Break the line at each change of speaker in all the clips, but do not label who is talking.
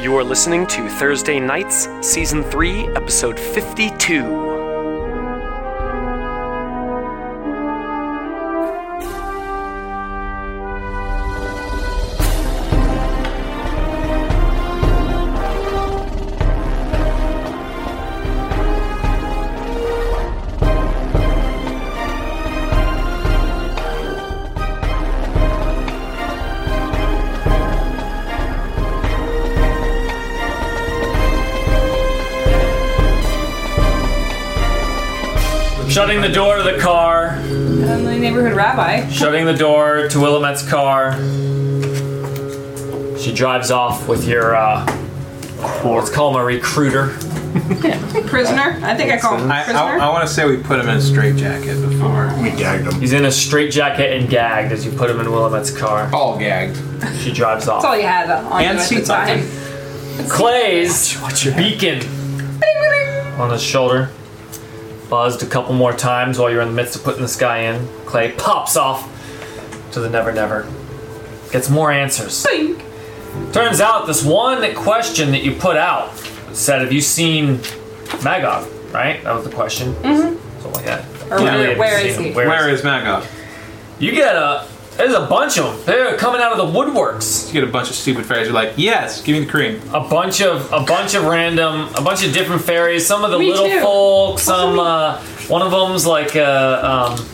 You are listening to Thursday Nights, Season 3, Episode 52.
Shutting the door to the car.
I'm the neighborhood rabbi.
Shutting the door to Willamette's car. She drives off with your, uh, let's call him a recruiter.
Prisoner? I think I call him
I,
prisoner.
I, I want to say we put him in a straitjacket before.
We gagged him.
He's in a straitjacket and gagged as you put him in Willamette's car.
All gagged.
She drives
That's all
off.
you had on
And
you at
see
the time.
Clay's beacon on his shoulder. Buzzed a couple more times while you're in the midst of putting this guy in. Clay pops off to the Never Never. Gets more answers.
Bing.
Turns out this one question that you put out said, "Have you seen Magog?" Right? That was the question. Mm-hmm. Something like that.
Or
Yeah,
where-
have you
where
seen
is
him?
he?
Where is Magog?
you get a? There's a bunch of them. They're coming out of the woodworks.
You get a bunch of stupid fairies. You're like, yes, give me the cream.
A bunch of a bunch of random, a bunch of different fairies. Some of the
Me
little
too.
folk. Some uh, one of them's like uh, um,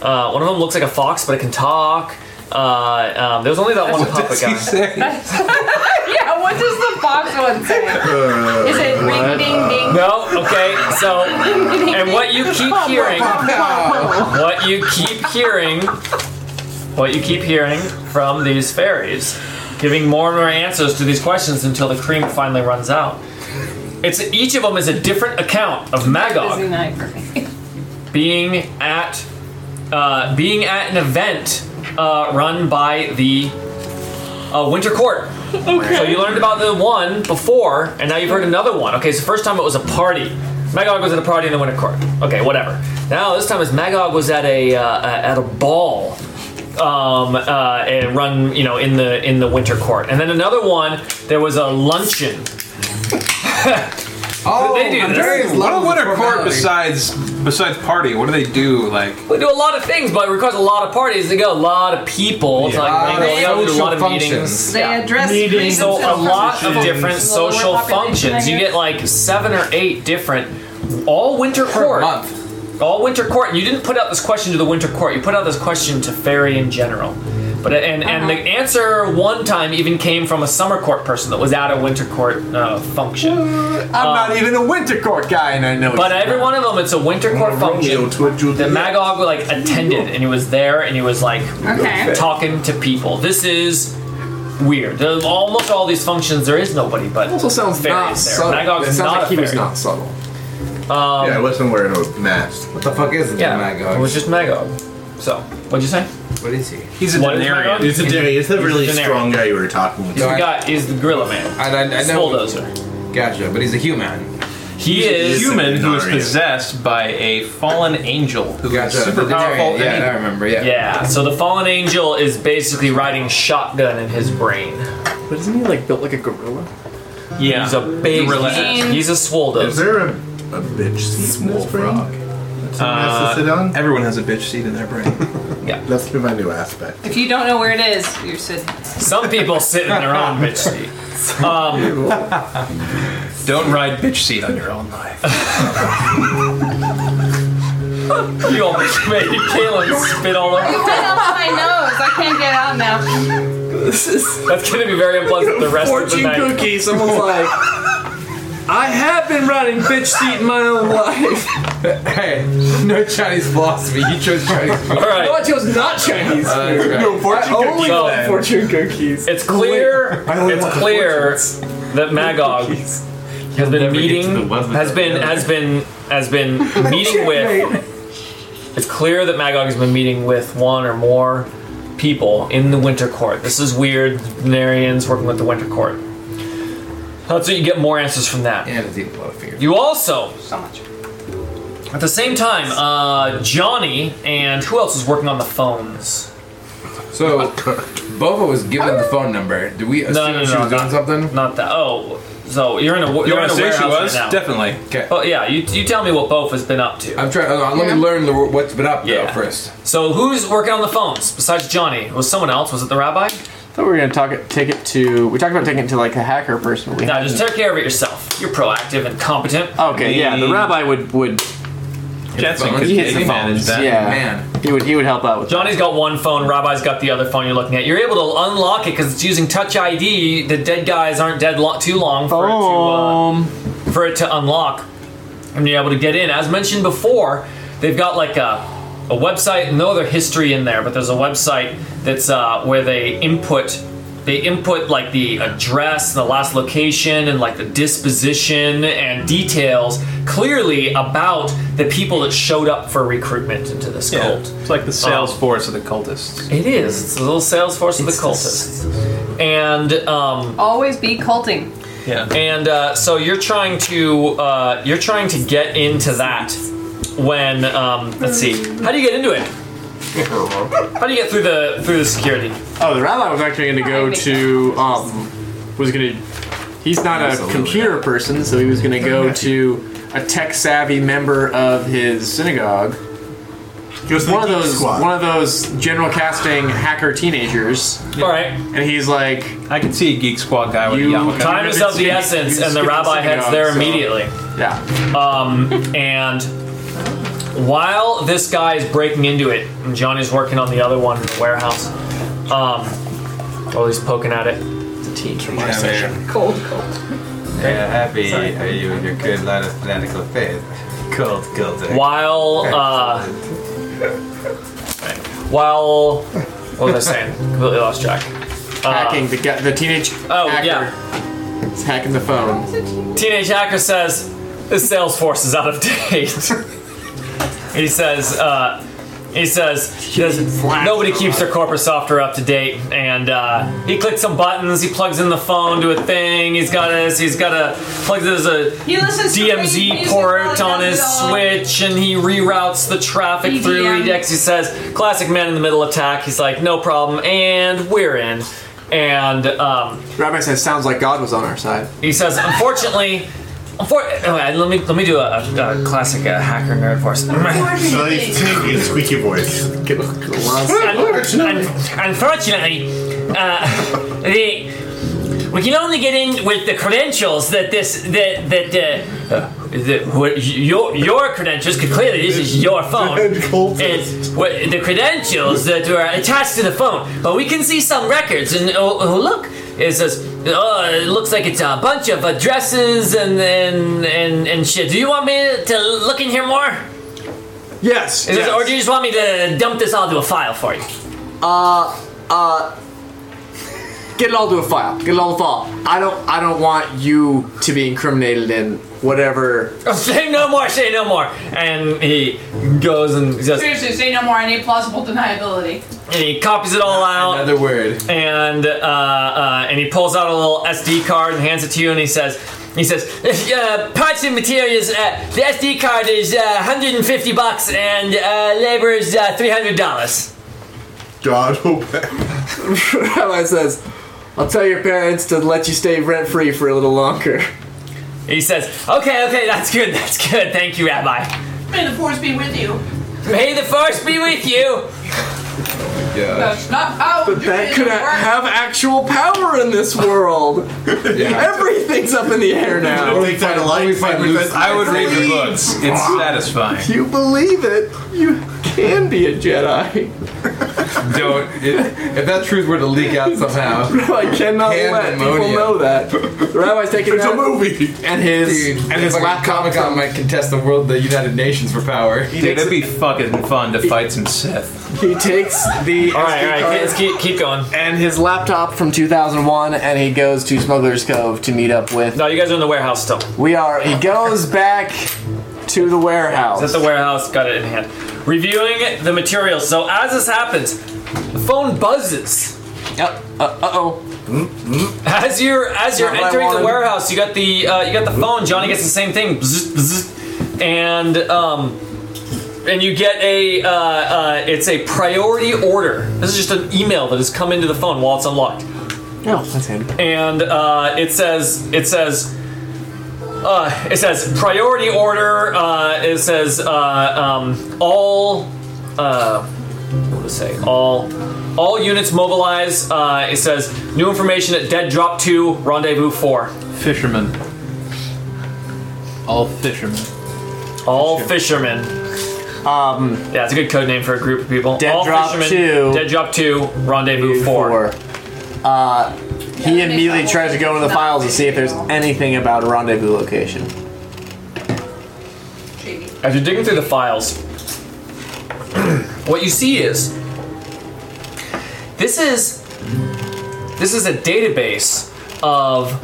uh, one of them looks like a fox, but it can talk. Uh, um, there's only that one puppet guy.
say?
yeah, what does the box one say? is it ring ding ding?
No, okay, so and what you keep hearing what you keep hearing what you keep hearing from these fairies, giving more and more answers to these questions until the cream finally runs out. It's each of them is a different account of
Busy
Magog
night for me.
being at uh, being at an event uh, run by the uh, Winter Court. So you learned about the one before, and now you've heard another one. Okay, so first time it was a party. Magog was at a party in the Winter Court. Okay, whatever. Now this time is Magog was at a uh, uh, at a ball, um, uh, and run you know in the in the Winter Court, and then another one there was a luncheon.
Oh,
They do this.
various
What
levels of
a winter court
formality.
besides besides party? What do they do? Like,
We do a lot of things, but it requires a lot of parties. They got a lot of people. It's
Yeah.
like
Uh,
they go through a lot of
social
meetings.
functions.
They address
meetings, so a lot of different
The lower
social
population,
functions.
I
You
guess.
get like seven or eight different, all winter court,
month.
all winter court. And you didn't put out this question to the winter court. You put out this question to fairy in general. But and and the
Uh-huh.
answer one time even came from a summer court person that was at a winter court uh, function.
I'm not even a winter court guy, and I know.
But every one of them, it's a winter court
Romeo
function.
to a Juliet.
The Magog like attended and he was there and he was like
Okay.
talking to people. This is weird. The- almost all these functions, there is nobody but
also sounds not
fairies there.
subtle.
Magog's
it sounds
not
like
a
he was
fairy.
not subtle.
Yeah, I wasn't wearing a mask.
What the fuck is
Yeah,
the Magog?
it was just Magog. So, what'd you say?
what is he?
he's a
What is Magog?
denarian.
It's a dairy. It's a really
generic.
strong guy you were talking with.
We
No, I-
got is the Gorilla Man,
I, I, I know.
bulldozer.
Gotcha, but he's a human.
He
A
is.
human who is
Denarian.
possessed by a fallen angel who is
Gotcha.
super
the Denarian.
powerful.
Yeah, I
and
remember. Yeah.
Yeah. So the fallen angel is basically riding shotgun in his brain.
But isn't he like built like a gorilla?
he- yeah.
He's a big.
Gorilla.
He's a
Is
swoldozer.
there a, a bitch seat in this frog? That's a
Uh,
nice to sit on.
Everyone has a bitch seat in their brain.
That's been my new aspect.
If you don't know where it is, you're sitting.
Some people sit in their own bitch seat.
Don't ride bitch seat on your own life.
You almost made Caitlin spit all over.
It went up my nose. I can't get out now.
That's gonna be very unpleasant the rest of the
Fortune
night.
cookie. Someone's like, I have been riding bitch seat in my own life.
Hey, no Chinese philosophy. You chose Chinese. food.
All
No, I
right,
chose not Chinese.
Uh, that's right.
I only
cookies,
love
Oh.
then.
fortune cookies.
it's clear.
I only
It's
want the
clear that Magog has been meeting, has been, has been, has been meeting with. It's clear that Magog has been meeting with one or more people in the Winter Court. This is weird. Narians working with the Winter Court. That's what you get more answers from that.
And it's even blood fingers.
You also
So much.
At the same time, uh, Johnny and who else was working on the phones?
So, Bova was given the phone number. Did we assume
no, no,
she was
no,
doing something?
Not that. Oh, so you're in a you're,
You
in
want
a
to say
warehouse
she was?
right now.
Definitely.
Okay.
Oh yeah, you, you tell me what both has been up to.
I'm trying. Hold on, let me learn the, what's been up
Yeah.
though first.
So who's working on the phones besides Johnny? Was someone else? Was it the rabbi?
thought we were gonna talk it, take it to. We talked about taking it to like a hacker person. We
No, just take care of it yourself. You're proactive and competent.
okay, yeah. The rabbi would would
Jetson
phones.
could
He
hits the
manage
phones,
that.
yeah.
Man,
he would he would help out with.
Johnny's got one phone. Rabbi's got the other phone. You're looking at. You're able to unlock it because it's using Touch ID. The dead guys aren't dead lo- too long for it to. Uh,
Um,
for it to unlock and you're able to get in. As mentioned before, they've got like a, a website, no other history in there, but there's a website that's uh, where they input they input like the address and the last location and like the disposition and details clearly about the people that showed up for recruitment into this
Yeah.
cult.
It's like the sales force of the cultists.
It is. It's a little sales force of the cultists. And um,
Always be culting.
Yeah.
and uh, so you're trying to uh, you're trying to get into that when um, let's see how do you get into it how do you get through the through the security
oh, the rabbi was actually going to go to um was going to. He's not a computer person, so he was going to go to a tech savvy member of his synagogue. Just
the
one of
geek
those
squad.
one of those general casting hacker teenagers,
all right
and he's like,
I could see a Geek Squad guy with
You-
a yarmulke.
time is of the essence and the rabbi heads there immediately
yeah,
and while this guy is breaking into it and johnny's working on the other one in the warehouse um, while he's poking at it
Cold, cold.
happy are you in your good line of fanatical faith? Cold, cold.
while uh, while what was I saying? Completely lost track.
hacking the guy, the teenage
Uh, Oh
hacker
yeah,
is hacking the phone.
teenage hacker says this Salesforce is out of date. he says uh, he says "There's- nobody keeps their corporate software up to date, and uh, he clicks some buttons. He plugs in the phone to a thing. He's got a he's got a plugs there's a
He listens to rave
DMZ
music
port
while
on
he
his
does it all.
switch and he reroutes the traffic through. He
EDM.
decks, he says, classic man in the middle attack. He's like, no problem, and we're in. And um,
Rabbi says, "Sounds like God was on our side."
he says, unfortunately, unfor- oh, wait, let me let me do a, a, a classic uh, hacker nerd voice.
Unfortunately,
Hey,
take
It's squeaky voice.
Un- unfortunately, uh, the we can only get in with the credentials that this that that. Uh, uh, the, what, your your credentials, because clearly this is your phone. And what, the credentials that were attached to the phone, but we can see some records. And oh, oh look, it says, oh, it looks like it's a bunch of addresses and and and, and shit. Do you want me to look in here more,
Yes.
Is this-
yes.
or do you just want me to dump this all into a file for you?
get it all to a file. Get it all to a file. I don't. I don't want you to be incriminated in whatever.
Say no more, say no more. And he goes and he says,
Seriously, say no more. I need plausible deniability.
and he copies it all out,
another word.
and uh, uh, and he pulls out a little SD card and hands it to you, and he says, he says, uh, parts and materials. Uh, the SD card is uh, 150 bucks, and uh, labor is uh, 300 dollars.
God obey.
Rabbi says, "I'll tell your parents to let you stay rent free for a little longer."
He says, okay, okay, that's good, that's good. Thank you, Rabbi.
May the force be with you.
May the force be with you.
Yeah.
That's not how but
That could ha- have actual power in this world.
yeah.
Everything's up in the air now.
Only fight a life.
fight
we
loose-
fight-
I would read the books. It's satisfying.
You believe it? You can be a Jedi.
Don't. It, if that truth were to leak out somehow,
I cannot let people
Pandemonium.
know that. The rabbi's taking
It's a
that
movie.
and his
dude,
and his laptop.
Comic Con might contest the world, the United Nations for power.
Dude, it'd be fucking fun to fight some Sith.
He takes the
All right, all right, let's keep, keep going.
and his laptop from 2001 and he goes to Smuggler's Cove to meet up with.
No, you guys are in the warehouse still.
We are he goes back to the warehouse.
At the warehouse, got it in hand. Reviewing the materials. So as this happens, the phone buzzes.
Yep. Uh oh.
As you're as you're
Not what I
entering the
wanted.
warehouse, you got the uh, you got the phone. Johnny gets the same thing, Bzzz, bzzz. and um, and you get a uh, uh, it's a priority order. This is just an email that has come into the phone while it's unlocked,
Oh, that's handy.
and uh, it says it says. Uh, it says priority order. Uh, it says uh, um, all. Uh, what does it say? All, all units mobilize. Uh, it says new information at Dead Drop Two Rendezvous Four.
Fishermen. All fishermen.
All fishermen.
Um,
Yeah, it's a good code name for a group of people.
Dead
All
Drop
fishermen,
2.
Dead Drop 2, Rendezvous 4.
four. Uh, he immediately tries to go into the files to see if there's anything about a rendezvous location.
As you're digging through the files, what you see is this is this is a database of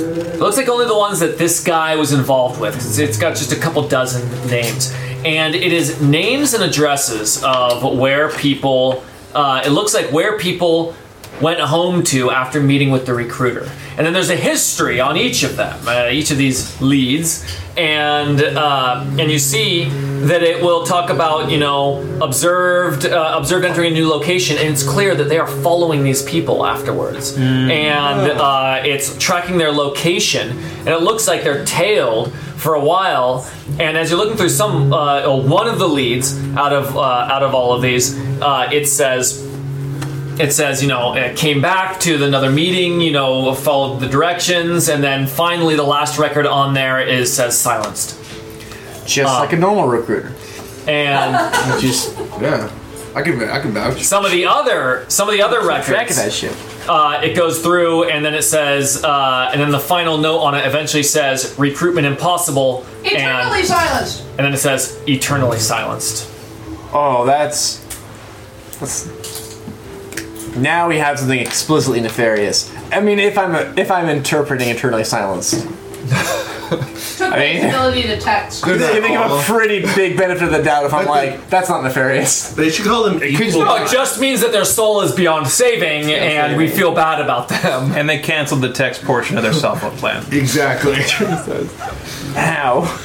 it looks like only the ones that this guy was involved with. 'cause it's got just a couple dozen names, and it is names and addresses of where people. Uh, it looks like where people went home to after meeting with the recruiter, and then there's a history on each of them, uh, each of these leads, and uh, and you see that it will talk about you know observed uh, observed entering a new location, and it's clear that they are following these people afterwards, and uh, it's tracking their location, and it looks like they're tailed for a while. And as you're looking through some uh, uh, one of the leads out of uh, out of all of these, uh, it says it says, you know, it came back to another meeting, you know, followed the directions, and then finally the last record on there is says silenced.
Oh.
Just like a normal recruiter.
And
Just
Yeah. I can, I can vouch.
some of the other some of the other
track of
records
that shit.
uh, it goes through and then it says uh, and then the final note on it eventually says recruitment impossible
Eternally
and,
silenced.
and then it says eternally silenced.
Oh, that's. that's now we have something explicitly nefarious. I mean, if I'm if I'm interpreting eternally silenced,
Took
mean-
the ability to text.
They're not
I think I'm
all-
a pretty big benefit of the doubt if I'm
But the-
like, that's not nefarious.
They should call them equal.
No, it just means that their soul is beyond saving, and we feel bad about them.
And they canceled the text portion of their cell phone plan.
Exactly.
How?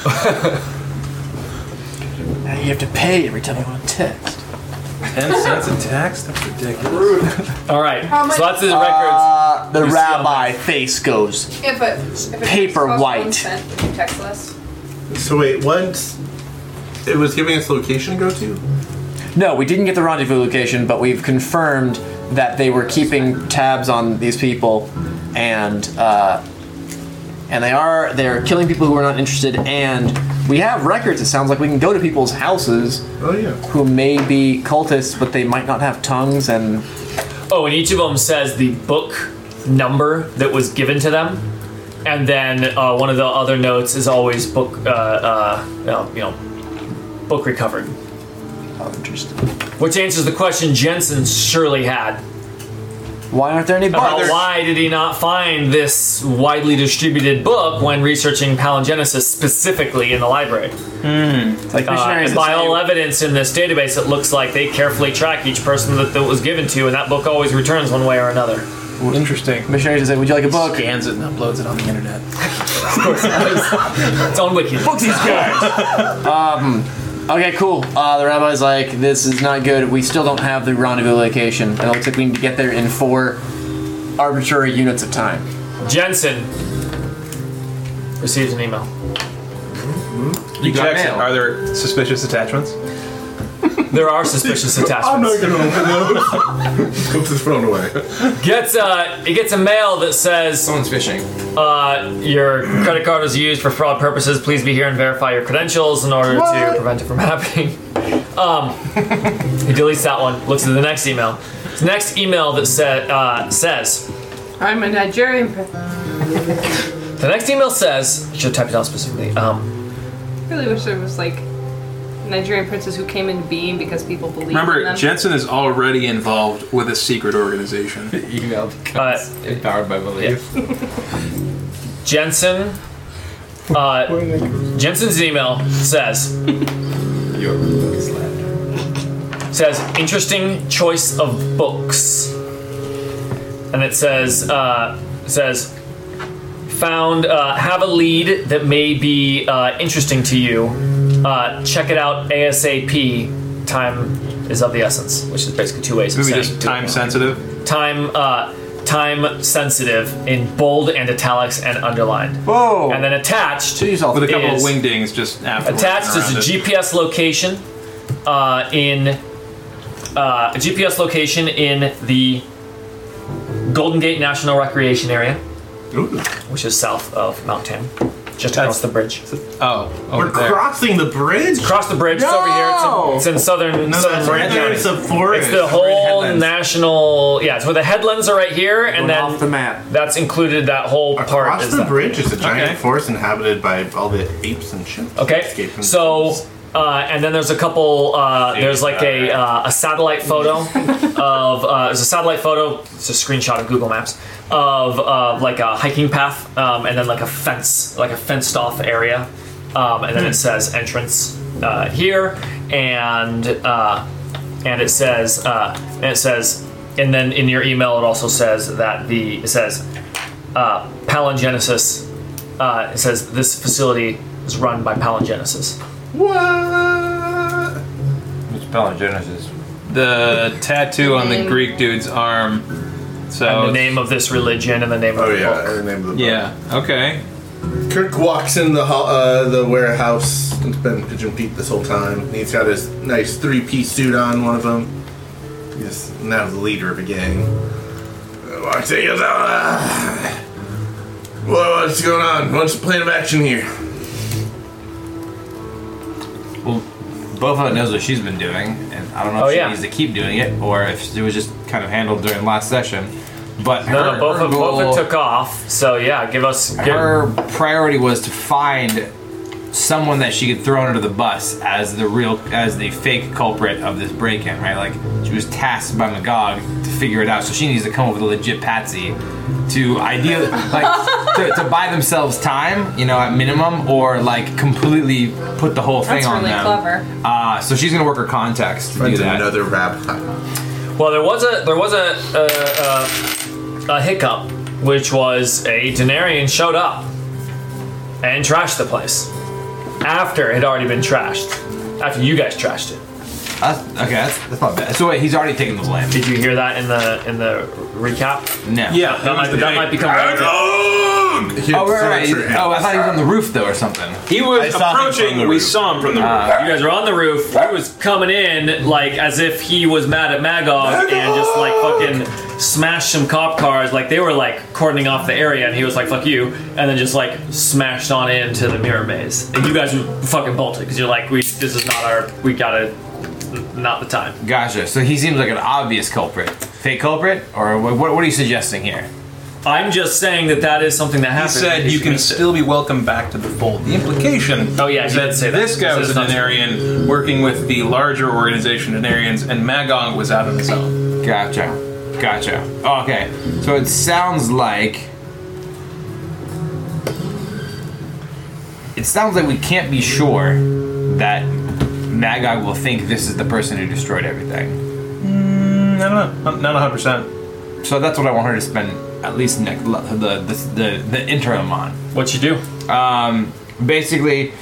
now you have to pay every time you want to text.
10 cents a text? That's ridiculous.
All right,
How much-
so that's the records.
Uh, the
You see how
rabbi face goes.
If it, if it
Paper
costs
white.
one cent, would you Text less.
So wait, once it was giving us location to go to.
No, we didn't get the rendezvous location, but we've confirmed that they were keeping tabs on these people, and uh, and they are they're killing people who are not interested. And we have records. It sounds like we can go to people's houses
Oh yeah.
who may be cultists, but they might not have tongues. And
Oh, and each of them says the book number that was given to them, and then uh, one of the other notes is always book, uh, uh, uh, you know, book recovered,
oh, interesting.
which answers the question Jensen surely had
Why aren't there any
about
bars?
why did he not find this widely distributed book when researching palingenesis specifically in the library?
Like
Uh,
missionaries
and by
that say-
all evidence in this database, it looks like they carefully track each person that, that was given to, and that book always returns one way or another.
Interesting.
missionaries that say, "Would you like a book?"
Scans it and uploads it on the internet.
It's on Wiki.
Fuck these guys. um, okay, cool. Uh, the rabbi's like, this is not good. We still don't have the rendezvous location. And it looks like we need to get there in four arbitrary units of time.
Jensen receives an email.
You
got
checks it.
mail.
Are there suspicious attachments?
There are suspicious
I'm not
attachments.
gonna open those. Put this phone away.
Gets uh, he gets a mail that says
Someone's fishing.
uh, your credit card is used for fraud purposes. Please be here and verify your credentials in order to prevent it from happening. Um, he deletes that one. Looks at the next email. His next email that said uh, says
I'm a Nigerian. pe-
the next email says I should type it out specifically. Um,
really wish there was like Nigerian princes who came into being because people believed in
Remember,
them.
Jensen is already involved with a secret organization.
Emailed.
uh,
Empowered by belief.
Jensen. Uh, Jensen's email says.
You're really slapped.
says interesting choice of books and it says uh, says found uh, have a lead that may be uh, interesting to you Uh, check it out ASAP. Time is of the essence, which is basically two ways of
Maybe
saying
just
do it.
time sensitive.
time uh, time sensitive in bold and italics and underlined.
Whoa!
And then attached
Jeez, all
With a couple
Is
of wing dings just after.
attached is a GPS location uh, in uh, a GPS location in the Golden Gate National Recreation Area, which is south of Mount Tam, just across the bridge.
Oh,
We're
over there.
crossing the bridge?
Across the bridge, it's over here. It's in, it's in southern
No,
southern
that's right
Marin
there.
County.
It's a forest.
It's the whole national. Yeah, it's where the headlands are right here, and
Went off the
then
map.
that's included. That whole part
Across
is
the
that.
bridge is a giant
Okay.
forest inhabited by all the apes and shit.
Okay,
Escape from-
so uh, and then there's a couple. Uh, there's like a uh, a satellite photo of uh, there's a satellite photo. It's a screenshot of Google Maps of uh, like a hiking path, um, and then like a fence, like a fenced off area, um, and then
Hmm.
it says entrance uh, here, and uh, and it says uh, and it says, and then in your email it also says that the it says uh, palingenesis uh, it says this facility is run by Palingenesis.
What?
It's Palingenesis.
The tattoo on the
Name.
Greek dude's arm. So
And the name of this religion and the name of
Oh
the
yeah,
book.
the name of the book.
Yeah. Okay.
Kirk walks in the ho- uh, the warehouse. It's been Pigeon Pete this whole time. And he's got his nice three piece suit on. One of them. He's now the leader of a gang. Uh, Walks in. he Goes, ah. Whoa, what's going on? What's the plan of action here?
Well, Bova knows what she's been doing, and I don't know if
Oh,
she
yeah.
needs to keep doing it or if it was just kind of handled during last session. But her,
No, no, both
her
of, both
goal-
of took off. So yeah, give us. Give,
her priority was to find someone that she could throw under the bus as the real as the fake culprit of this break-in right like she was tasked by magog to figure it out so she needs to come up with a legit patsy to ideally like to, to buy themselves time you know at minimum or like completely put the whole thing
That's
on
really
them
clever.
uh, so she's gonna work her contacts to do
Finds
that
another rabbi.
well, there was a there was a a, a a hiccup, which was a Denarian showed up and trashed the place after it had already been trashed. After you guys trashed it.
That's- okay that's, that's not bad so wait he's already taken the blame
Did you hear that in the in the recap?
no
Yeah.
That might, that might become. relevant.
oh right, right. oh I thought he was on the roof though or something
He
I
was
saw him from
approaching.
the
We
roof.
saw him from the roof.
You guys were on the roof. He was coming in like as if he was mad at Magog and just like fucking smashed some cop cars. Like they were like cordoning off the area, and he was like "fuck you," and then just like smashed on into the mirror maze. And you guys were fucking bolted because you're like, "We this is not our. We gotta." n- Not the time.
Gotcha. So he seems like an obvious culprit. Fake culprit? Or what, what are you suggesting here?
I'm just saying that that is something that
He
happened.
said you can
missed it."
still be welcome back to the fold. The implication
Oh, yeah,
is
he did
that
say that.
this guy
He
was
said
a
it's not-
Denarian working with the larger organization Denarians, and Magong was out on his own.
Gotcha. Gotcha. Oh, Okay. So it sounds like. It sounds like we can't be sure that Magog will think this is the person who destroyed everything.
I don't know, not 100. percent
So that's what I want her to spend at least next, the, the, the, the interim on.
What you do?
basically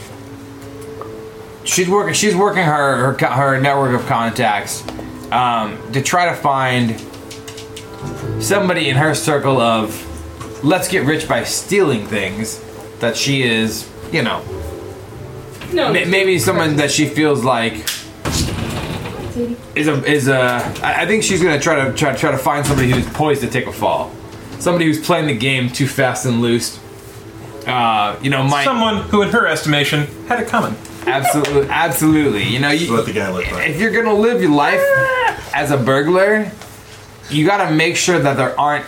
she's working she's working her her, co- her network of contacts um, to try to find somebody in her circle of let's get rich by stealing things that she is you know
No.
ma- maybe someone that she feels like is a is a I I think she's gonna try to try try to find somebody who's poised to take a fall somebody who's playing the game too fast and loose uh, you know might
Someone who, in her estimation, had it coming.
Absolutely, absolutely. You know, you,
What the guy looked like.
if you're gonna live your life as a burglar, you gotta make sure that there aren't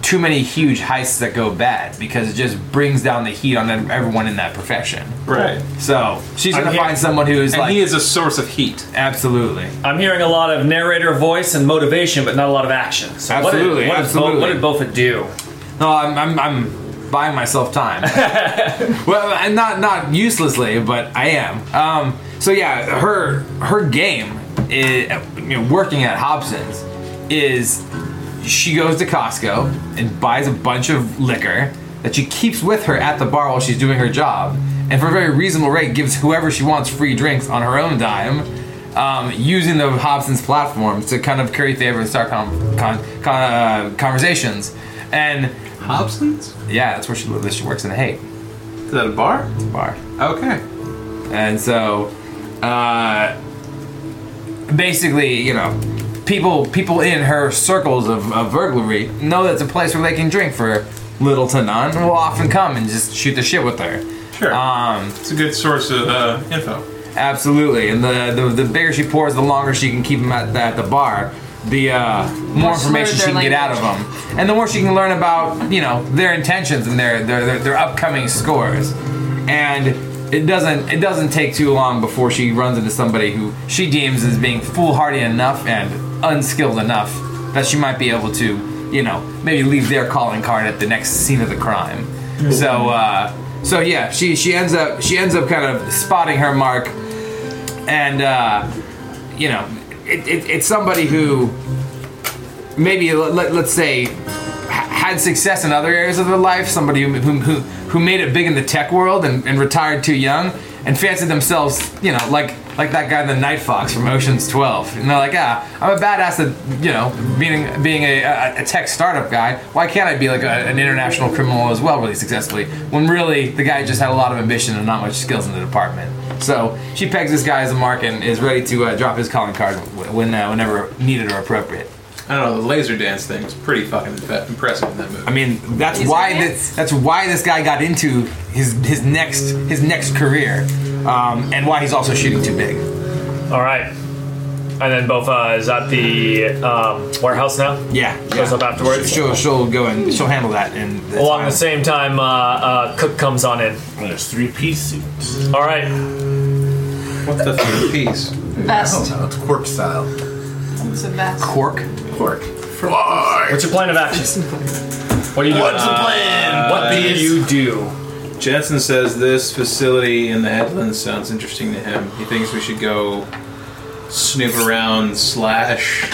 too many huge heists that go bad because it just brings down the heat on everyone in that profession.
Right.
So she's
I'm
gonna
here-
find someone who is
And
like,
he is a source of heat.
absolutely.
I'm hearing a lot of narrator voice and motivation, but not a lot of action. So what did-
Absolutely,
what did,
absolutely.
Bo- what did Bofa do?
No, I'm, I'm, I'm buying myself time. well, and not not uselessly, but I am. Um, so yeah, her her game, is, you know, working at Hobson's, is she goes to Costco and buys a bunch of liquor that she keeps with her at the bar while she's doing her job, and for a very reasonable rate gives whoever she wants free drinks on her own dime. Um, using the Hobson's platform to kind of curry favor and start con- con- con- uh, conversations, and
Hobson's?
yeah, that's where she lives. She works in the Hate
Is that a bar?
bar.
Okay.
And so, uh, basically, you know, people people in her circles of, of burglary know that's a place where they can drink for little to none, and will often come and just shoot the shit with her.
Sure.
Um,
it's a good source of uh, info.
absolutely. And the, the the bigger she pours, the longer she can keep them at the, at the bar. The uh, more information she
slurred
can
their
get out of them, and the more she can learn about you know their intentions and their their, their, their upcoming scores. and it doesn't it doesn't take too long before she runs into somebody who she deems as being foolhardy enough and unskilled enough that she might be able to you know maybe leave their calling card at the next scene of the crime so uh, so yeah she she ends up she ends up kind of spotting her mark and uh, you know it, it, it's somebody who maybe let, let's say had success in other areas of their life, somebody who, who, who, who made it big in the tech world and, and retired too young, and fancied themselves, you know, like like that guy in the Night Fox from Ocean's Twelve, and they're like, ah, I'm a badass at you know being being a, a, a tech startup guy. Why can't I be like a, an international criminal as well, really successfully? When really the guy just had a lot of ambition and not much skills in the department. So she pegs this guy as a mark and is ready to uh, drop his calling card wh- when uh, whenever needed or appropriate.
I don't know. The laser dance thing was pretty fucking imp- impressive in that movie.
I mean, that's
He's
why
right.
this, that's why this guy got into his his next his next career, um, and why he's also shooting too big.
All right. And then both uh, is at the um, warehouse now.
Yeah,
Goes up afterwards.
She'll she'll go and she'll handle that. And
Along the same time, uh, uh, Cook comes on in.
And there's three piece suits.
All right.
What's the third piece?
Best.
Oh, it's cork style.
It's the best.
cork.
Cork. Why?
What's your plan of action? What do you do?
What's the plan?
what do
buddies?
you do?
Jensen says this facility in the headlands sounds interesting to him. He thinks we should go snoop around slash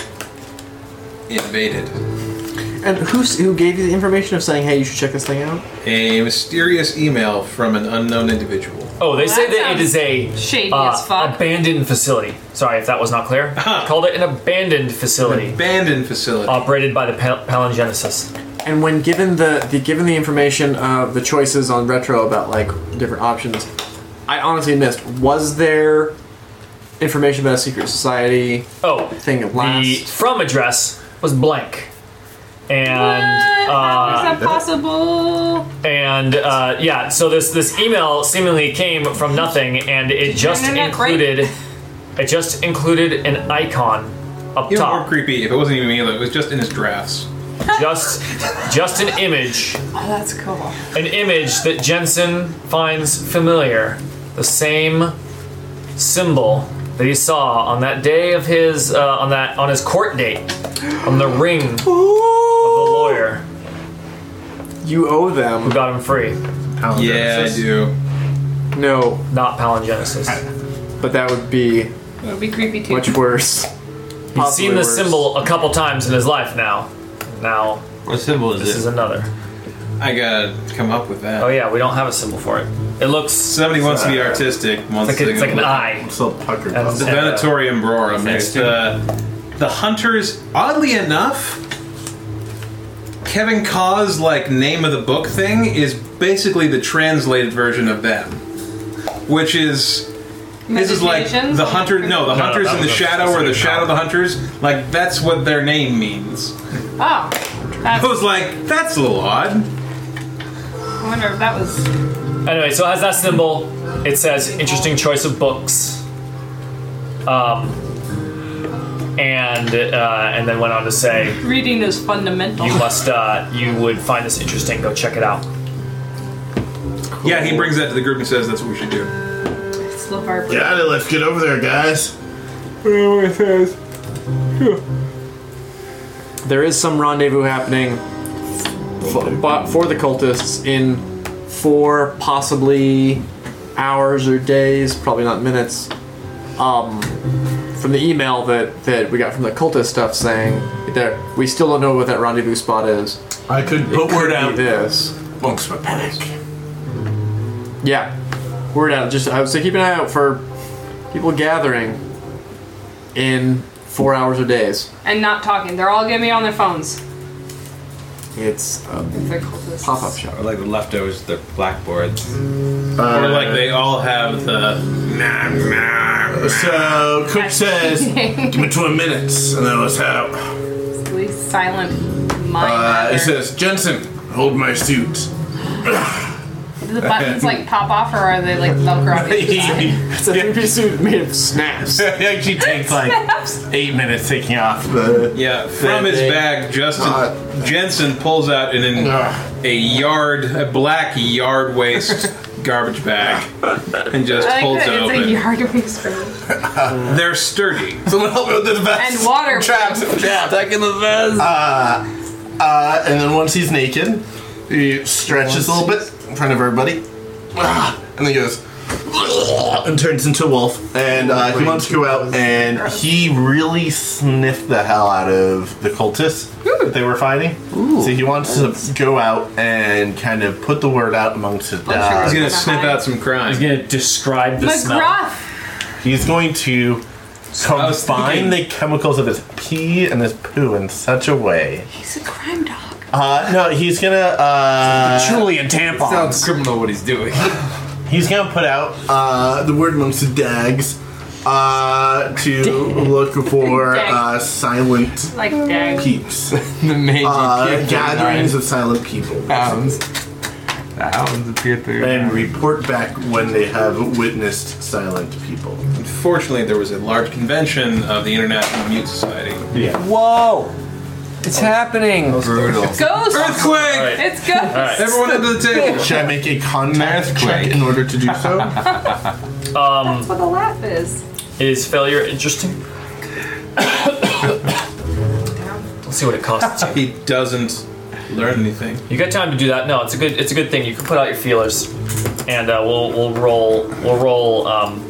invade it.
And who's, who gave you the information of saying, hey, you should check this thing out?
A mysterious email from an unknown individual.
Oh, they say
that
that it is a
sounds shady
uh,
as fuck.
abandoned facility. Sorry if that was not clear. Called it an abandoned facility
Abandoned facility.
operated by the pal- Palingenesis.
And when given the, the given the information of the choices on retro about like different options, I honestly missed. Was there information about a secret society
Oh,
thing at
the
last?
from address was blank, and
What? How is
uh,
that possible?
and uh, yeah. So this this email seemingly came from nothing, and it just
internet break?
included it just included an icon up
Even more
top,
creepy if it wasn't even an email, it was just in his drafts.
just just an image
Oh, that's cool.
an image that Jensen finds familiar. The same symbol that he saw on that day of his uh, on that on his court date on the ring of the lawyer
You owe
who
them.
got him free.
Yeah, I do.
No,
Not palingenesis.
but that would be
It would be creepy too.
much worse.
He's seen
Possibly
this
worse.
symbol a couple times in his life now. Now
What symbol
this is another.
I gotta come up with that.
Oh yeah, we don't have a symbol for it. It looks
Somebody wants to be artistic. Wants
like it's
to
like an eye.
It's all puckered.
And-
The Venatorium Brorum. It's
Next
the the hunters. Oddly enough, Kevin Ka's like name of the book thing is basically the translated version of them, which is this is like
Meditations?
the hunter. No, the
no,
hunters
that
in the
was a
shadow or the
specific
shadow of the hunters. Like that's what their name means.
Oh,
I was
that's,
like, that's a little odd.
I wonder if that was.
Anyway, so it has that symbol. It says interesting choice of books. Um, and uh, and then went on to say
Reading is fundamental.
you must uh, you would find this interesting. Go check it out.
Yeah, he brings that to the group and says that's what we should do.
It's LeVar Burton.
Got it. Let's get over there, guys.
There is some rendezvous happening for, but for the cultists in four, possibly hours or days, probably not minutes. Um, from the email that, that we got from the cultist stuff saying that we still don't know what that rendezvous spot is.
I could put
Could
word
be
out.
This.
Monks will panic.
Yeah. word out. Just uh, so keep an eye out for people gathering in four hours or days.
And not talking. They're all gonna be on their phones.
It's a
If they're cultists.
pop-up shop.
Or like the leftovers, the blackboards.
Uh,
Or like they all have the.
So Cook says, "Give me 20 minutes," and then let's out.
Really silent mind.
Uh,
matter.
it says, "Jensen, hold my suit."
Do the buttons like pop off or are they like velcro on each side?
It's a three-piece suit made of snaps.
It actually takes like eight minutes taking off the.
Yeah, from his
they-
bag, Justin
God.
Jensen pulls out an,
Ugh.
a yard, a black yard waste garbage bag, and just
I
pulls
like
it
that it's a
open.
yard whisper.
They're sturdy.
Someone help me with the vest.
And water.
Trapped. Trapped.
Back in the vest.
Uh, and then once he's naked, he stretches a little bit in front of everybody, Ah, and then he goes and turns into a wolf. And uh, he wants to go out, and he really sniffed the hell out of the cultists that they were fighting. so he wants to go out and kind of put the word out amongst his
sure
He's
dad.
gonna sniff out some
He's
crime.
gonna describe the smell.
McGruff!
He's going to
was thinking-
combine the chemicals of his pee and his poo in such a way.
He's a crime dog.
Uh, no, he's gonna. Uh,
Julian tampons.
Sounds criminal what he's doing.
He's gonna put out uh, the word amongst the dags uh, to look for
Dags.
uh, silent
Like dag.
peeps,
the major
uh, gatherings of silent people,
Hounds. The hounds appear through.
and report back when they have witnessed silent people.
Unfortunately, there was a large convention of the International Mute Society.
Whoa! It's happening.
brutal.
Ghost!
Earthquake!
It's ghost!
Everyone under the table.
Should I make a contact check
Earthquake.
in order to do so?
That's what the laugh is.
Is failure interesting? Let's see what it costs.
He doesn't learn anything.
you got time to do that? No, it's a good. It's a good thing. You can put out your feelers, and uh, we'll we'll roll we'll roll um,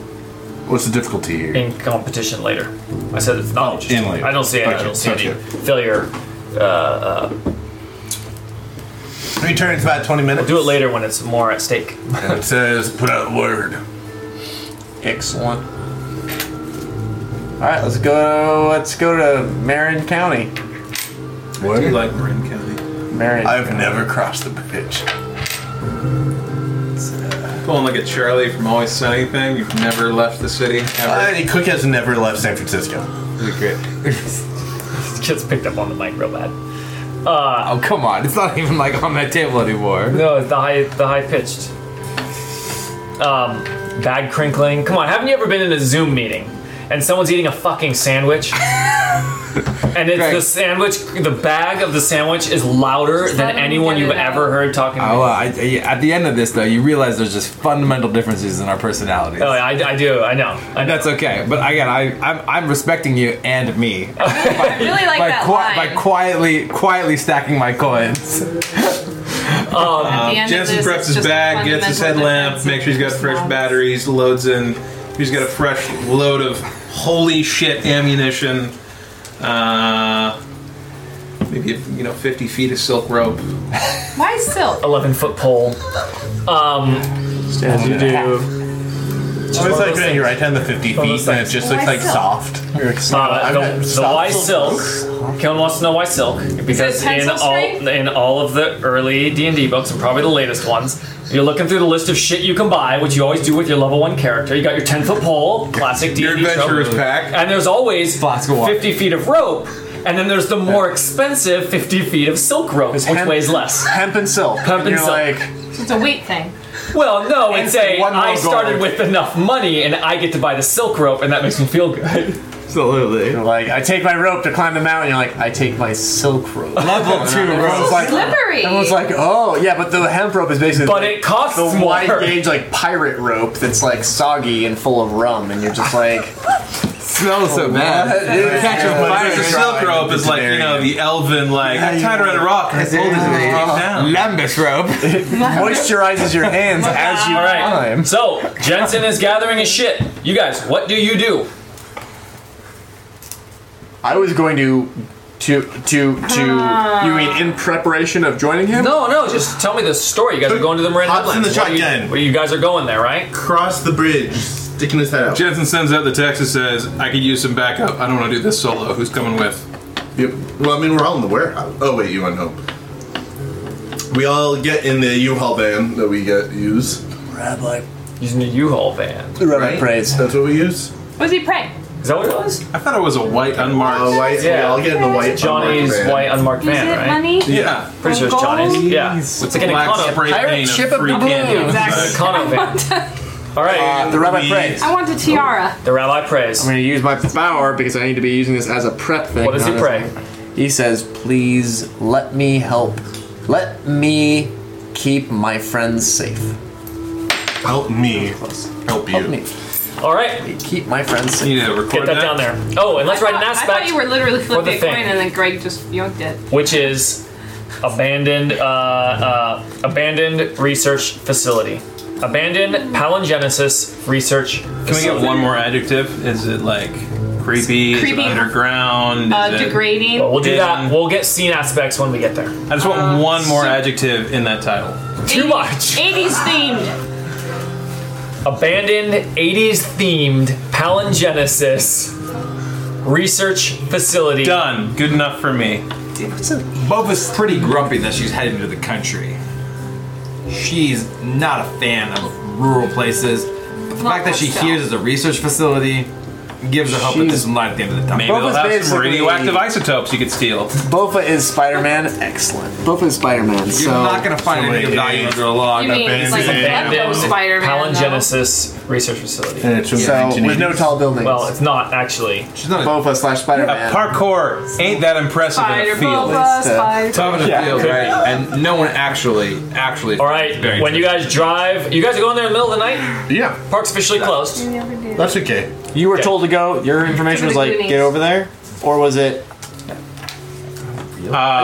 What's the difficulty here?
in competition later. I said it's not interesting.
Oh, in later.
I don't see any. I
Gotcha,
don't see any
gotcha.
failure.
Three turns, about twenty minutes.
We'll do it later when it's more at stake.
And it says, "Put out the word."
Excellent. All right, let's go. Let's go to Marin County.
Do you
What?
like Marin County?
Marin.
I've never crossed the bridge.
Pulling like a Charlie from Always Sunny thing. You've never left the city ever.
Uh, Cook has never left San Francisco.
This is great.
Kids picked up on the mic real bad.
Oh, come on. It's not even like on that table anymore.
No, it's the high the high pitched. Um, bag crinkling. Come on, haven't you ever been in a Zoom meeting and someone's eating a fucking sandwich? and it's the
Greg.
sandwich, the bag of the sandwich is louder
Just let
than
him
anyone
get
you've
it out.
ever heard talking. to me.
Oh, well, I, I- at the end of this, though, you realize there's just fundamental differences in our personalities.
Oh, I, I do. I know. I know.
That's okay, but again, I, I'm, I'm respecting you and me
I really like
by,
that
qui-
line.
by quietly quietly stacking my coins.
At the end of
Jensen
this,
preps
it's
his
just
bag, gets his
fundamental
headlamp,
difference
makes sure he's got
in
fresh
personalities.
batteries, loads in. He's got a fresh load of holy shit ammunition. Uh, maybe you know, 50 feet of silk rope.
Why silk?
Eleven foot pole. Um,
As you do.
So it's like putting your right hand the 50
Oh,
of those
feet and it
things.
just looks
Why
like
silk?
soft.
Uh,
I've
the,
got
the why
silk.
silk? Kellen wants to know why silk because in
pencil
all
string?
in all of the early D and D books and probably the latest ones, you're looking through the list of shit you can buy, which you always do with your level one character. You got your ten foot pole, classic D
Your
and D
adventurer's pack.
and there's always
Flask of water.
fifty feet of rope, and then there's the more expensive fifty feet of silk rope, which
hemp-
weighs less.
Hemp and silk.
Hemp and
you're
silk.
like,
It's a wheat thing.
Well, no, it's a
one more
I started
gold.
with enough money and I get to buy the silk rope, and that makes me feel good.
Absolutely.
you're like, I take my rope to climb the mountain. You're like, I take my silk rope.
Level two,
Everyone's
Rose.
like,
Slippery.
everyone's like, oh yeah, but the hemp rope is basically.
But
like
it costs
the
more.
wide gauge like pirate rope that's like soggy and full of rum, and you're just like,
smells so bad. It catch on
Whereas the
fire.
silk rope is like, you know, the elven, like, I tied around a rock and I pulled it and it came down.
Lambus rope.
moisturizes your hands as you
All right.
climb.
So Jensen is gathering his shit. You guys, what do you do?
I was going to
to to to you mean in preparation of joining him?
No, no, just tell me the story. You guys are going to the Marin
Hops in
Headlands.
the
What are you-
shotgun.
what are you guys are going there, right?
Cross the bridge, sticking his head out.
Jensen sends out the text that says, I could use some backup. I don't want to do this solo. Who's coming with?
Yep. Well, I mean, we're all in the warehouse. Oh wait, you want help? We all get in the U-Haul van that we get use.
Using the U-Haul van.
Right. Praise. That's what we use.
Was he praying?
Is that what it was?
I thought it was a white unmarked.
Uh, white.
Yeah.
We all get in the white.
Johnny's
unmarked van.
white unmarked
Is
van,
it
right?
money?
yeah.
Pretty sure it's Johnny's. Yeah.
With
It's
the
like an
black
econo.
spray paint
Pirate
of
ship of
free
the
candy on
blue.
the
Exactly.
side.
Econo van. All right.
Uh,
The rabbi prays.
I want a tiara.
the rabbi prays.
I'm going to use my power because I need to be using this as a prep thing.
What does he
not as-
pray?
He says, "Please let me help. Let me keep my friends safe.
Help me. Help you.
Help me
All right.
keep my friends
You
safe."
need to
Get
record
that down there. Oh, and let's write an
I thought- I thought
aspect,
you were literally flipping a
thing.
coin and then Greg just yunked it.
which is abandoned, uh, uh, abandoned research facility, abandoned palingenesis research.
Can we get one more adjective? Is it like creepy? Is it
Creepy.
underground?
Uh,
Is it-
degrading.
Oh,
Well, we'll do
Um,
that. We'll get scene aspects when we get there.
I just want
Uh,
one more adjective in that title.
Too much.
80s themed.
Abandoned 80s themed palingenesis research facility.
Done. Good enough for me.
Boba's pretty grumpy that she's heading to the country. She's not a fan of rural places. But the
Not
fact that she
myself.
hears it's a research facility gives her hope that there's some light at the end of the
Maybe
tunnel.
Boba's
they'll have some
basically-
radioactive isotopes you could steal.
Bofa is Spider-Man. Excellent. Bofa is Spider-Man.
You're
so
not gonna find anything of value under a
You
log.
mean it's like Lego
abandoned
Spider-Man. though.
palingenesis research facility.
And it's from
so with no
1980s.
tall buildings.
Well, it's not actually.
She's not a
Bofa slash
Yeah,
Spider-Man.
parkour ain't that impressive in a field.
Spider-Boba,
It's, uh,
Spider-
Top of the field, right? And no one actually, actually.
All right. When you guys drive, you guys are going there in the middle of the night.
Yeah,
Park's officially closed.
Never did.
that's okay.
you were told to go. Your information was like get over there, or was it? Uh,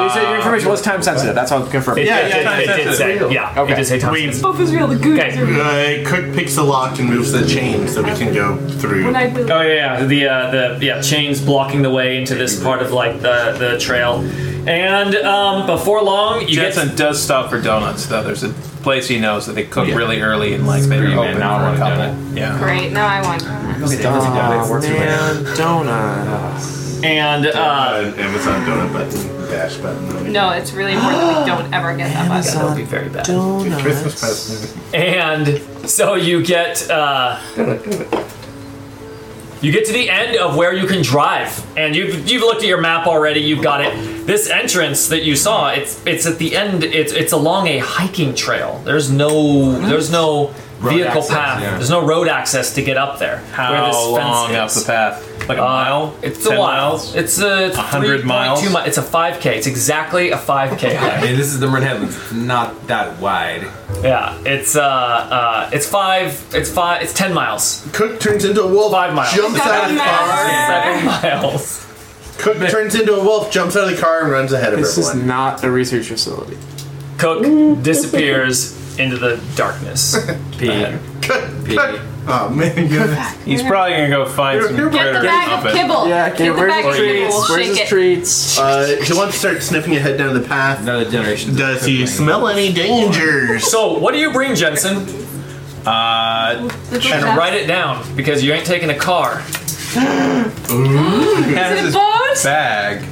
you said your information was time sensitive. That's how I'm confirming.
It,
Yeah,
it,
yeah,
did-
time
it did
sensitive.
say. Yeah. It
Okay.
did say time sensitive.
Boba's real, the goodies
Okay.
are real.
Uh, Cook picks the lock and moves the chain so we can go through.
When I believe-
Oh yeah, yeah, the uh, the yeah chains blocking the way into this part of like the the trail, and um, before long you get
Jensen does stop for donuts, though. There's a place he knows that they cook really early and like they're
Screaming
open
now
for a
on a
couple. Yeah.
Great, now I want donuts.
and uh,
an Amazon donut button, dash button.
No, it's really important that we don't ever get that button.
that'll be very bad.
Christmas present.
And so you get uh, you get to the end of where you can drive, and you've you've looked at your map already. You've got it. This entrance that you saw, it's it's at the end. It's it's along a hiking trail. There's no there's no vehicle
access,
path.
yeah.
There's no road access to get up there. where
How
this fence
long up
is. Uh,
the path? Like a mile?
It's a
10
while.
miles?
It's a
100
3.2
miles?
mi- it's a 5K. It's exactly a 5K hike.
Hey, this is the Marin Headlands. It's not that wide.
Yeah, it's uh, uh, it's five, it's five, it's ten miles,
Cook turns into a wolf.
Five miles.
Jumps out of the car.
seven miles.
Cook turns into a wolf, jumps out of the car, and runs ahead of
This is
everyone.
not a research facility.
Cook disappears into the darkness.
P. P.
Oh man, good.
He's probably gonna go find some
Get
Get
the
the
predator
bag of
puppet.
kibble.
Yeah,
Get
okay,
the
where's
bag of
his
kibble. We'll
treats? Where's
shake
his
it.
treats?
Uh, he wants to start sniffing ahead down the path.
Another generation.
Does he smell any dangers?
So, what do you bring, Jensen?
Uh,
The
And
treats.
write it down because you ain't taking a car.
has his
Bones?
bag.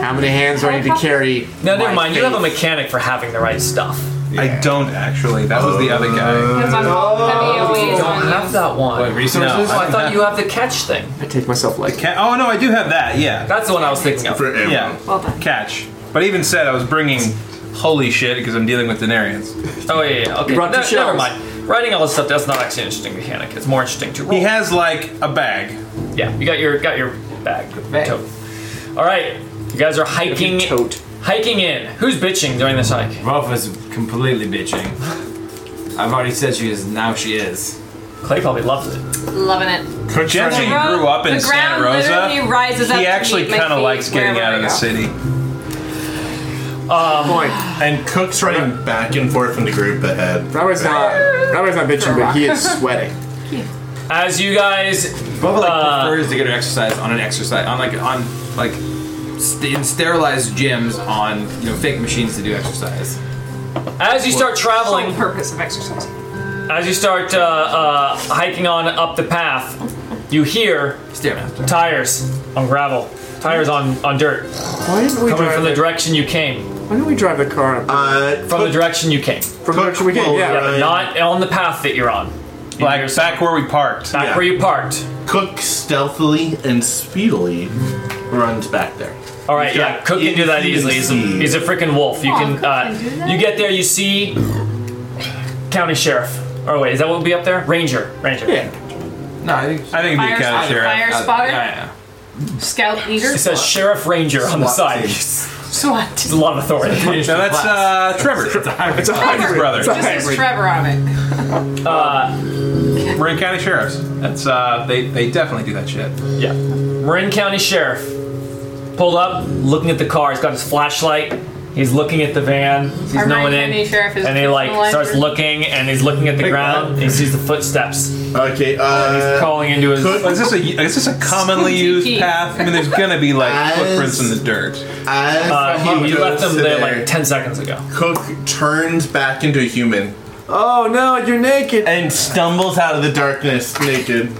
How many hands do I need to carry?
No, never
My
mind. You have a
faith.
mechanic for having the right stuff.
I don't actually. That was the other guy.
Because I'm heavy
You
always
don't
on
have
you.
that
What,
one.
resources?
Oh, I thought you have the catch thing.
I take myself like
Ca- oh no, I do have that. Yeah,
That's the one I was thinking of.
For ammo.
yeah.
Well done.
Catch. But I even said I was bringing holy shit because I'm dealing with Denarians.
Oh yeah, yeah. Okay,
brought
no,
two
never
shells.
mind. Writing all this stuff that's not actually an interesting mechanic. It's more interesting to roll.
He has like a bag.
Yeah, you got your got your bag.
Bag.
Tote. All right, you guys are hiking.
tote.
Hiking in. Who's bitching during this hike?
Rolfa's completely bitching. I've already said she is. Now she is.
Clay probably loves it.
Loving it.
Jensen
The road-
grew up in
the
Santa
ground
Rosa.
literally rises up
he
to
actually
meet my
kind of
feet
likes getting
wherever
out of
I
the
go.
city.
point.
And Cook's running back and forth in the group ahead.
Robert's not Robert's not bitching, but he is sweating.
As you guys,
Bubba like,
Uh,
prefers to get her exercise on an exercise on like on like st- in sterilized gyms on you know fake machines to do exercise.
As you start traveling,
Whole purpose of exercise.
as you start uh, uh, hiking on up the path, you hear
Stairmaster.
tires on gravel, tires on, on dirt
Why didn't we
coming
drive
from
the,
the direction you came.
Why didn't we drive the car up?
Uh,
From the direction you came.
from
Cook
which we came?
will
Yeah.
Yeah, but
Right.
not on the path that you're on.
Like back where we parked.
Back
Yeah.
where you parked.
Cook stealthily and speedily runs back there.
All right, yeah,
got
Cook can do that easily. He's a,
EDC.
he's a freaking wolf. You
Oh,
can,
Cook
uh,
can do that?
you get there, you see county sheriff. Or wait, is that what would be up there? Ranger, ranger. Yeah.
No, I think
I think it'd be a
Fire
county
spotter,
sheriff.
fire
Uh,
spotter,
yeah,
scout leader.
It says sheriff ranger on the side. It's
SWAT.
a lot of authority.
yeah. No, that's uh, Trevor. It's a
Trevor.
brother.
Just says Trevor on it.
Marin County Sheriffs. That's uh, they they definitely do that shit.
yeah. Marin County Sheriff pulled up, looking at the car. He's got his flashlight. He's looking at the van. He's
Our
no one
Marin County
in.
Sheriff is
and he like
personalized.
starts looking, and he's looking at the ground.
uh,
and he sees the footsteps.
Okay, uh,
calling into his.
Cook-
Is this a is this a commonly used
Squeaky.
path? I mean, there's gonna be like
As-
footprints in the dirt.
as
Uh, he, he
goes
left them
to
there like ten seconds ago.
Cook turns back into a human
Oh no, you're naked.
and stumbles out of the darkness naked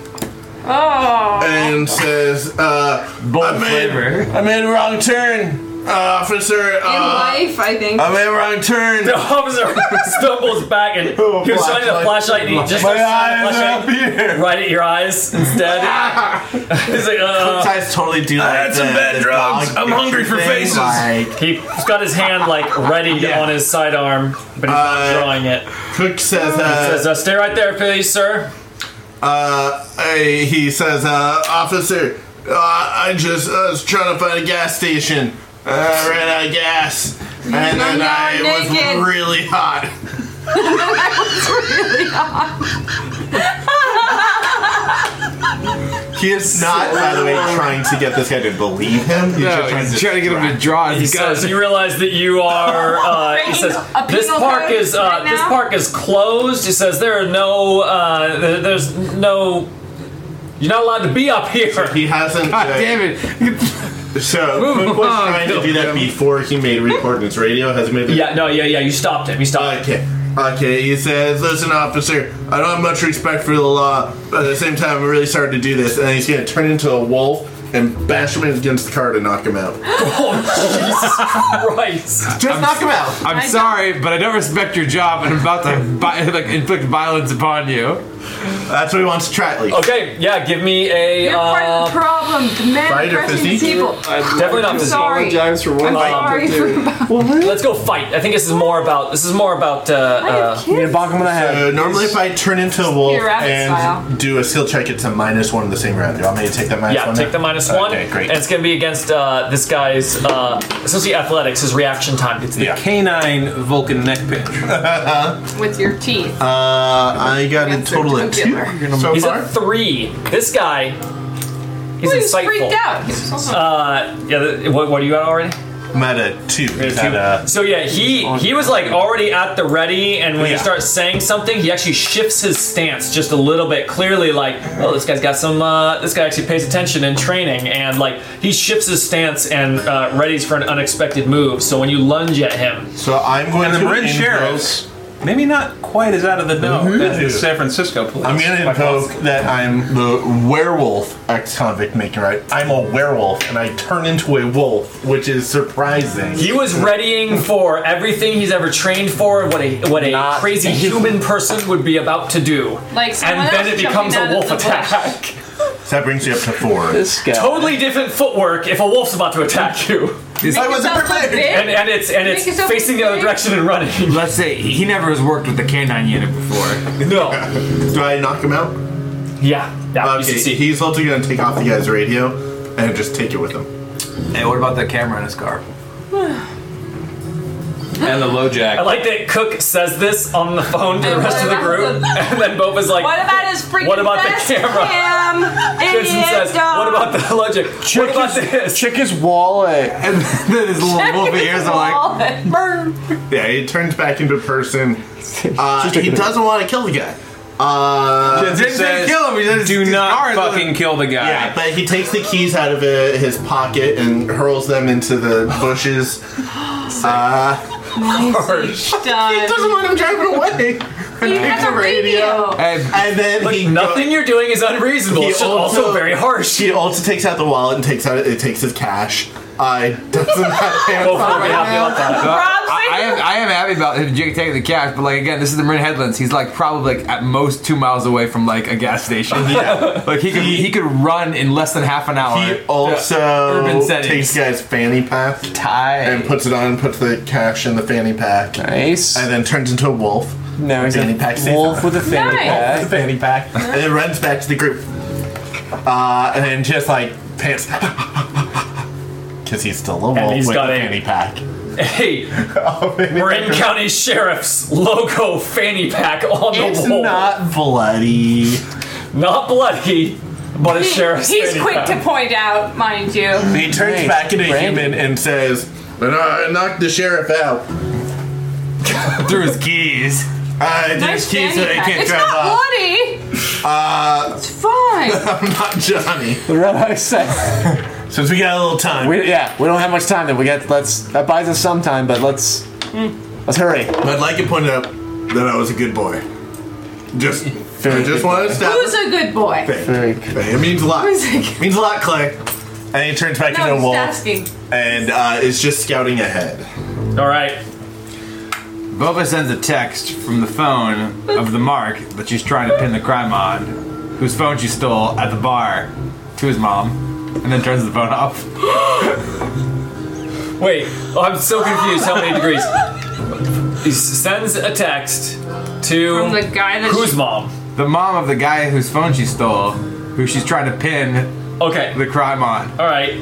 Oh.
and says, uh, I made, I made a wrong turn, uh, officer.
In
Uh,
life, I think.
I made a wrong turn.
The officer stumbles back and he was shining the flashlight and he just
Oh,
starts
My
shining the
eyes are up
flashlight
here.
right at your eyes instead. He's like, uh,
Sometimes totally do
I
like
had some
the-
bad
the
drugs.
dog
I'm hungry for
thing,
faces.
like-
he's got his hand like ready on his sidearm, but he's
Uh,
not drawing it.
Cook says,
Oh.
He
uh,
says, uh, "Stay right there, please, sir."
uh, I, he says, uh, officer, uh, I just uh, was trying to find a gas station. Uh, I ran out of gas. And then
now
I was
naked.
really hot. He is not, by the way, trying to get this guy to believe him. He's
No,
just trying
he's
to
trying to get him to draw his
He says,
gun.
"You realize that you are." Uh, he
Breaking
says,
a
"This
penal
park
code
is uh,
right
this
now?"
park is closed." He says, "There are no. Uh, there- there's no. You're not allowed to be up here."
He hasn't.
God
uh,
damn it!
So,
Move
Cook was
on,
trying to do that before he made Recordance Radio. Has he made
Yeah, no, yeah, yeah. You stopped him. You stopped. him.
Okay. Okay, he says, listen, officer, I don't have much respect for the law, but at the same time, I'm really sorry to do this. And he's going to turn into a wolf and bash him against the car to knock him out.
Oh, Jesus Christ!
Just knock him out!
I'm
I
sorry, but I don't respect your job, and I'm about to bi- like inflict violence upon you.
That's what he wants to try, at least.
Okay, yeah. Give me a.
You're part of
Uh,
the problem. The men
Fighter
oppressing
physique?
people.
definitely not this.
sorry.
Apologize for
I'm
one.
sorry for about.
Let's go fight. I think this is more about. This is more about. Uh,
I have
uh,
You
kids.
bonk him in the head.
So Uh, normally, if I turn into a wolf
Peter Rabbit
and
style.
do a skill check, it's a minus one in the same round. Do you want me to take that minus
yeah,
one?
take
now?
the minus one.
Okay, great.
And it's gonna be against uh, this guy's uh, essentially athletics. His reaction time. It's
Yeah.
Canine Vulcan neck pinch.
With your teeth.
Uh, I got a
Answer
total of
to
two
Hitler.
so
He's
far.
at three. This guy. He's
Well, he was
insightful.
freaked out. He was also-
Uh, yeah. th- What, what are you at already?
I'm at a two. He's at uh, a-
so yeah, he he was like already at the ready, and when you
Yeah.
start saying something, he actually shifts his stance just a little bit. Clearly, like, oh, this guy's got some. Uh, this guy actually pays attention in training, and like he shifts his stance and uh, readies for an unexpected move. So when you lunge at him,
so I'm going
And the
to
Marin
invoke-
Sheriffs, maybe not quite as out of the know as the San Francisco police.
I'm gonna invoke that I'm the werewolf ex-convict making right. I'm a werewolf and I turn into a wolf, which is surprising.
he was readying for everything he's ever trained for. What a what a
Not-
crazy human person would be about to do.
Like someone
and then
else
it becomes
jumping
a
out
wolf
of the bush.
attack.
So that brings you up to four.
totally different footwork if a wolf's about to attack you.
I wasn't
yourself look
prepared.
and,
big.
and it's and it's
Make yourself
facing the other
big.
direction and running.
Let's say he never has worked with the canine unit before.
no.
Do I knock him out?
Yeah. Yeah. you
Okay,
succeed.
he's also gonna take off the guy's radio and just take it with him.
Hey, what about the camera in his car?
and the low jack.
I like that Cook says this on the phone to the
And
rest of the
what
group,
about
and then Boba's like,
What about his freaking
What about the
best
camera?
Cam?
Kirsten
Idiot
says,
dog.
what about the logic? What about this?
Check his wallet.
And then his little wolfy ears are like,
Burn.
Yeah, he turns back into a person. Uh,
Just take
he
it.
doesn't want to kill the guy. Uh,
Didn't say kill him. He says, Do not fucking kill the guy.
Yeah, but he takes the keys out of uh, his pocket and hurls them into the bushes. Uh, he
Done.
doesn't want him driving away.
You have a radio.
And
And then he,
Nothing you're doing is unreasonable.
He
It's just
also-
also very harsh.
he also takes out the wallet and takes out it takes his cash. Uh, doesn't have
Both
pants.
of them happy about that.
Uh,
Rob's
I, I am,
like-
I am happy about him j- taking the cash, but like again, this is the Marin Headlands. He's like probably like at most two miles away from like a gas station.
Yeah.
Like he could he, could run in less than half an hour.
He also
urban settings.
takes the guy's fanny pack
tie
and puts it on, puts the cash in the fanny pack,
Nice.
and then turns into a wolf.
Now he's
Fanny
a
pack stays
wolf
on.
with a fanny
Nice.
With the
pack.
fanny pack, and then runs back to the group. Uh, and then just like pants. Because he's still a wolf
And he's
with
got
a
a-
fanny pack.
Hey, Marin
it's
County Sheriff's logo fanny pack on the wall.
not bloody.
Not bloody, but a
He-
sheriff's
He's
fanny
quick
pack.
to point out, mind you.
He turns
Hey,
back into a
Randy.
human and says, "But uh, I knocked the sheriff out.
through his keys.
I
Nice
just Uh, keys so
fanny
they
pack.
can't
It's
drive
not
off.
bloody.
Uh,
It's fine.
I'm not Johnny.
The red eye says,
Since we got a little time,
we, "Yeah, we don't have much time. Then we got let's that buys us some time, but let's let's hurry."
I'd like to point out that I was a good boy. Just, I just want to
Who's
stop.
a good boy?
Very
It means a lot.
Who's a good-
It means a lot, Clay. And he turns back into
No,
a
he's
wolf
asking.
and uh, is just scouting ahead.
All right.
Boba sends a text from the phone of the mark that she's trying to pin the crime on, whose phone she stole at the bar, to his mom, and then turns the phone off.
Wait, oh, I'm so confused. How many degrees? He sends a text to
From the guy that
whose
she-
mom?
The mom of the guy whose phone she stole, who she's trying to pin
Okay.
the crime on.
All right.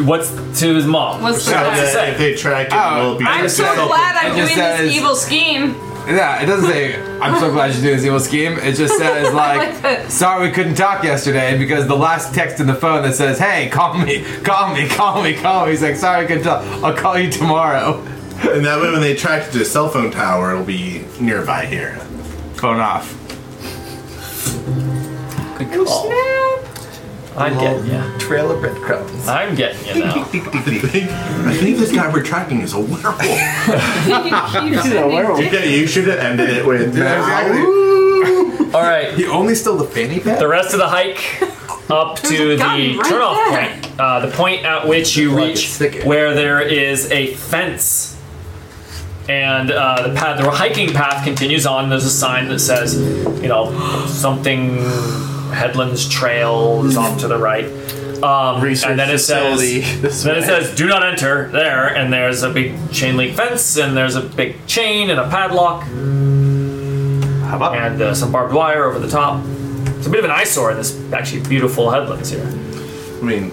What's to his mom?
What's
What's it
the
So
guy?
that if
say?
they track it,
Oh,
it'll be
I'm so
detected.
glad I'm
It
doing
just
this
says-
evil scheme.
Yeah, it doesn't say, I'm so glad you're doing this evil scheme. It just says, like, sorry we couldn't talk yesterday because the last text in the phone that says, hey, call me, call me, call me, call me. He's like, sorry I couldn't talk. I'll call you tomorrow.
And that way, when they track it to a cell phone tower, it'll be nearby here.
Phone off.
I'm getting you.
Trail of breadcrumbs.
I'm getting you now.
I think this guy we're tracking is a werewolf.
He's
a werewolf.
Yeah, you should have ended it with.
exactly.
All right.
He only stole the fanny pack.
The rest of the hike up to
a gun
the
right
turnoff
there.
point, uh, the point at which you
Like a
reach
thicket.
where there is a fence, and uh, the path, the hiking path continues on. There's a sign that says, you know, something Headlands Trail is off to the right. Um, and then it says, then it says, "Do not enter." There, and there's a big chain link fence, and there's a big chain and a padlock
How about
and uh, some barbed wire over the top. It's a bit of an eyesore in this actually beautiful headlands here.
I mean,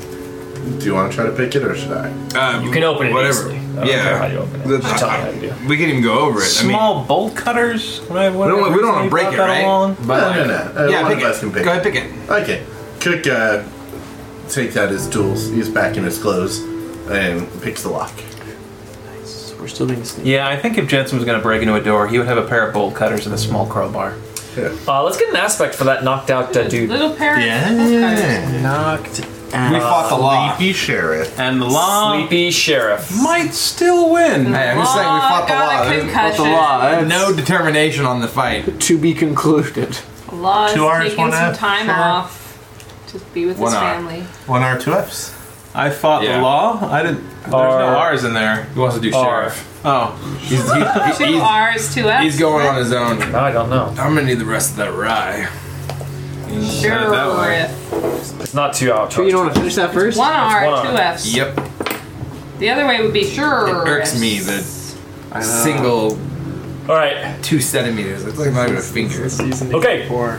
do you want to try to pick it or should I?
Um,
Uh,
You can open it
whatever.
easily. I don't care how
Yeah,
you open it.
That's-
Just tell me how you do.
we can even go over it.
small bolt cutters? We don't,
I mean, we don't, we don't want to break it, right? But
no,
like,
no, no. Uh,
yeah,
one
pick
of us can
it.
pick
Go ahead,
it.
pick it.
Okay. Cook uh, takes out his tools. He's back in his clothes and picks the lock.
We're still being sneaky.
Yeah, I think if Jensen was going to break into a door, he would have a pair of bolt cutters and a small crowbar.
Uh, let's get an aspect for that knocked out uh, dude.
Little parrot.
Knocked
We
out.
fought the law.
Sleepy sheriff.
And the
Oh.
law.
Sleepy sheriff.
Might still win. Hey, I'm just saying we
Law
fought the
Oh, got
law.
a
There's
Fought the
concussion.
law. That's
No determination on the fight.
to be concluded.
Law is
Two hours,
taking
one
some
half.
time
Sure.
off to be with
One
his
hour.
family.
One R, two Fs.
I fought
Yeah.
the law. I didn't. There's
Are-
no R's in there.
He wants to do
Or-
sheriff.
Oh,
He's, he-
Two
he's,
R's, two F's.
he's going on his own.
No, I don't know.
I'm gonna need the rest of that rye.
Sure.
It's not too out.
But you don't want to finish that first?
One
one
R, two
R.
F's.
Yep.
The other way would be sure.
It irks me that single
All right.
two centimeters. It's like not even a finger. It's
Season
Okay.
Four.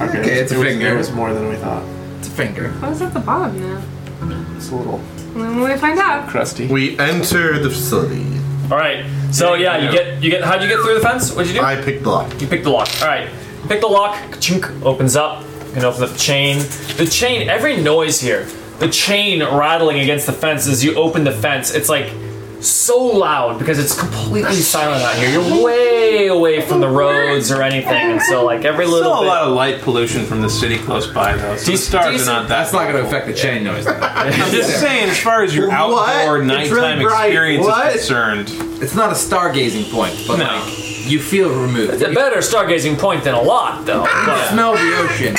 Okay,
Okay, it's a
it was,
finger.
It was more than we thought.
a finger.
What is at the bottom now?
It's a little
When will we find out?
crusty.
We enter the facility.
All right. So yeah, you get you get. How'd you get through the fence? What'd you do?
I picked the lock.
You pick the lock. All right. Pick the lock. Chink opens up. You can open up the chain. The chain. Every noise here. The chain rattling against the fence as you open the fence. It's like so loud because it's completely silent out here. You're way away from the roads or anything, and so like every little
Still a
bit.
lot of light pollution from the city close by, though. So the stars are not that.
That's not going to affect the chain noise.
I'm just saying, as far as your
What?
outdoor
It's really
nighttime
bright.
experience
What?
is concerned,
it's not a stargazing point, but
No.
like, you feel removed.
It's a
You
better stargazing point than a lot, though.
Ah,
But,
smell the ocean.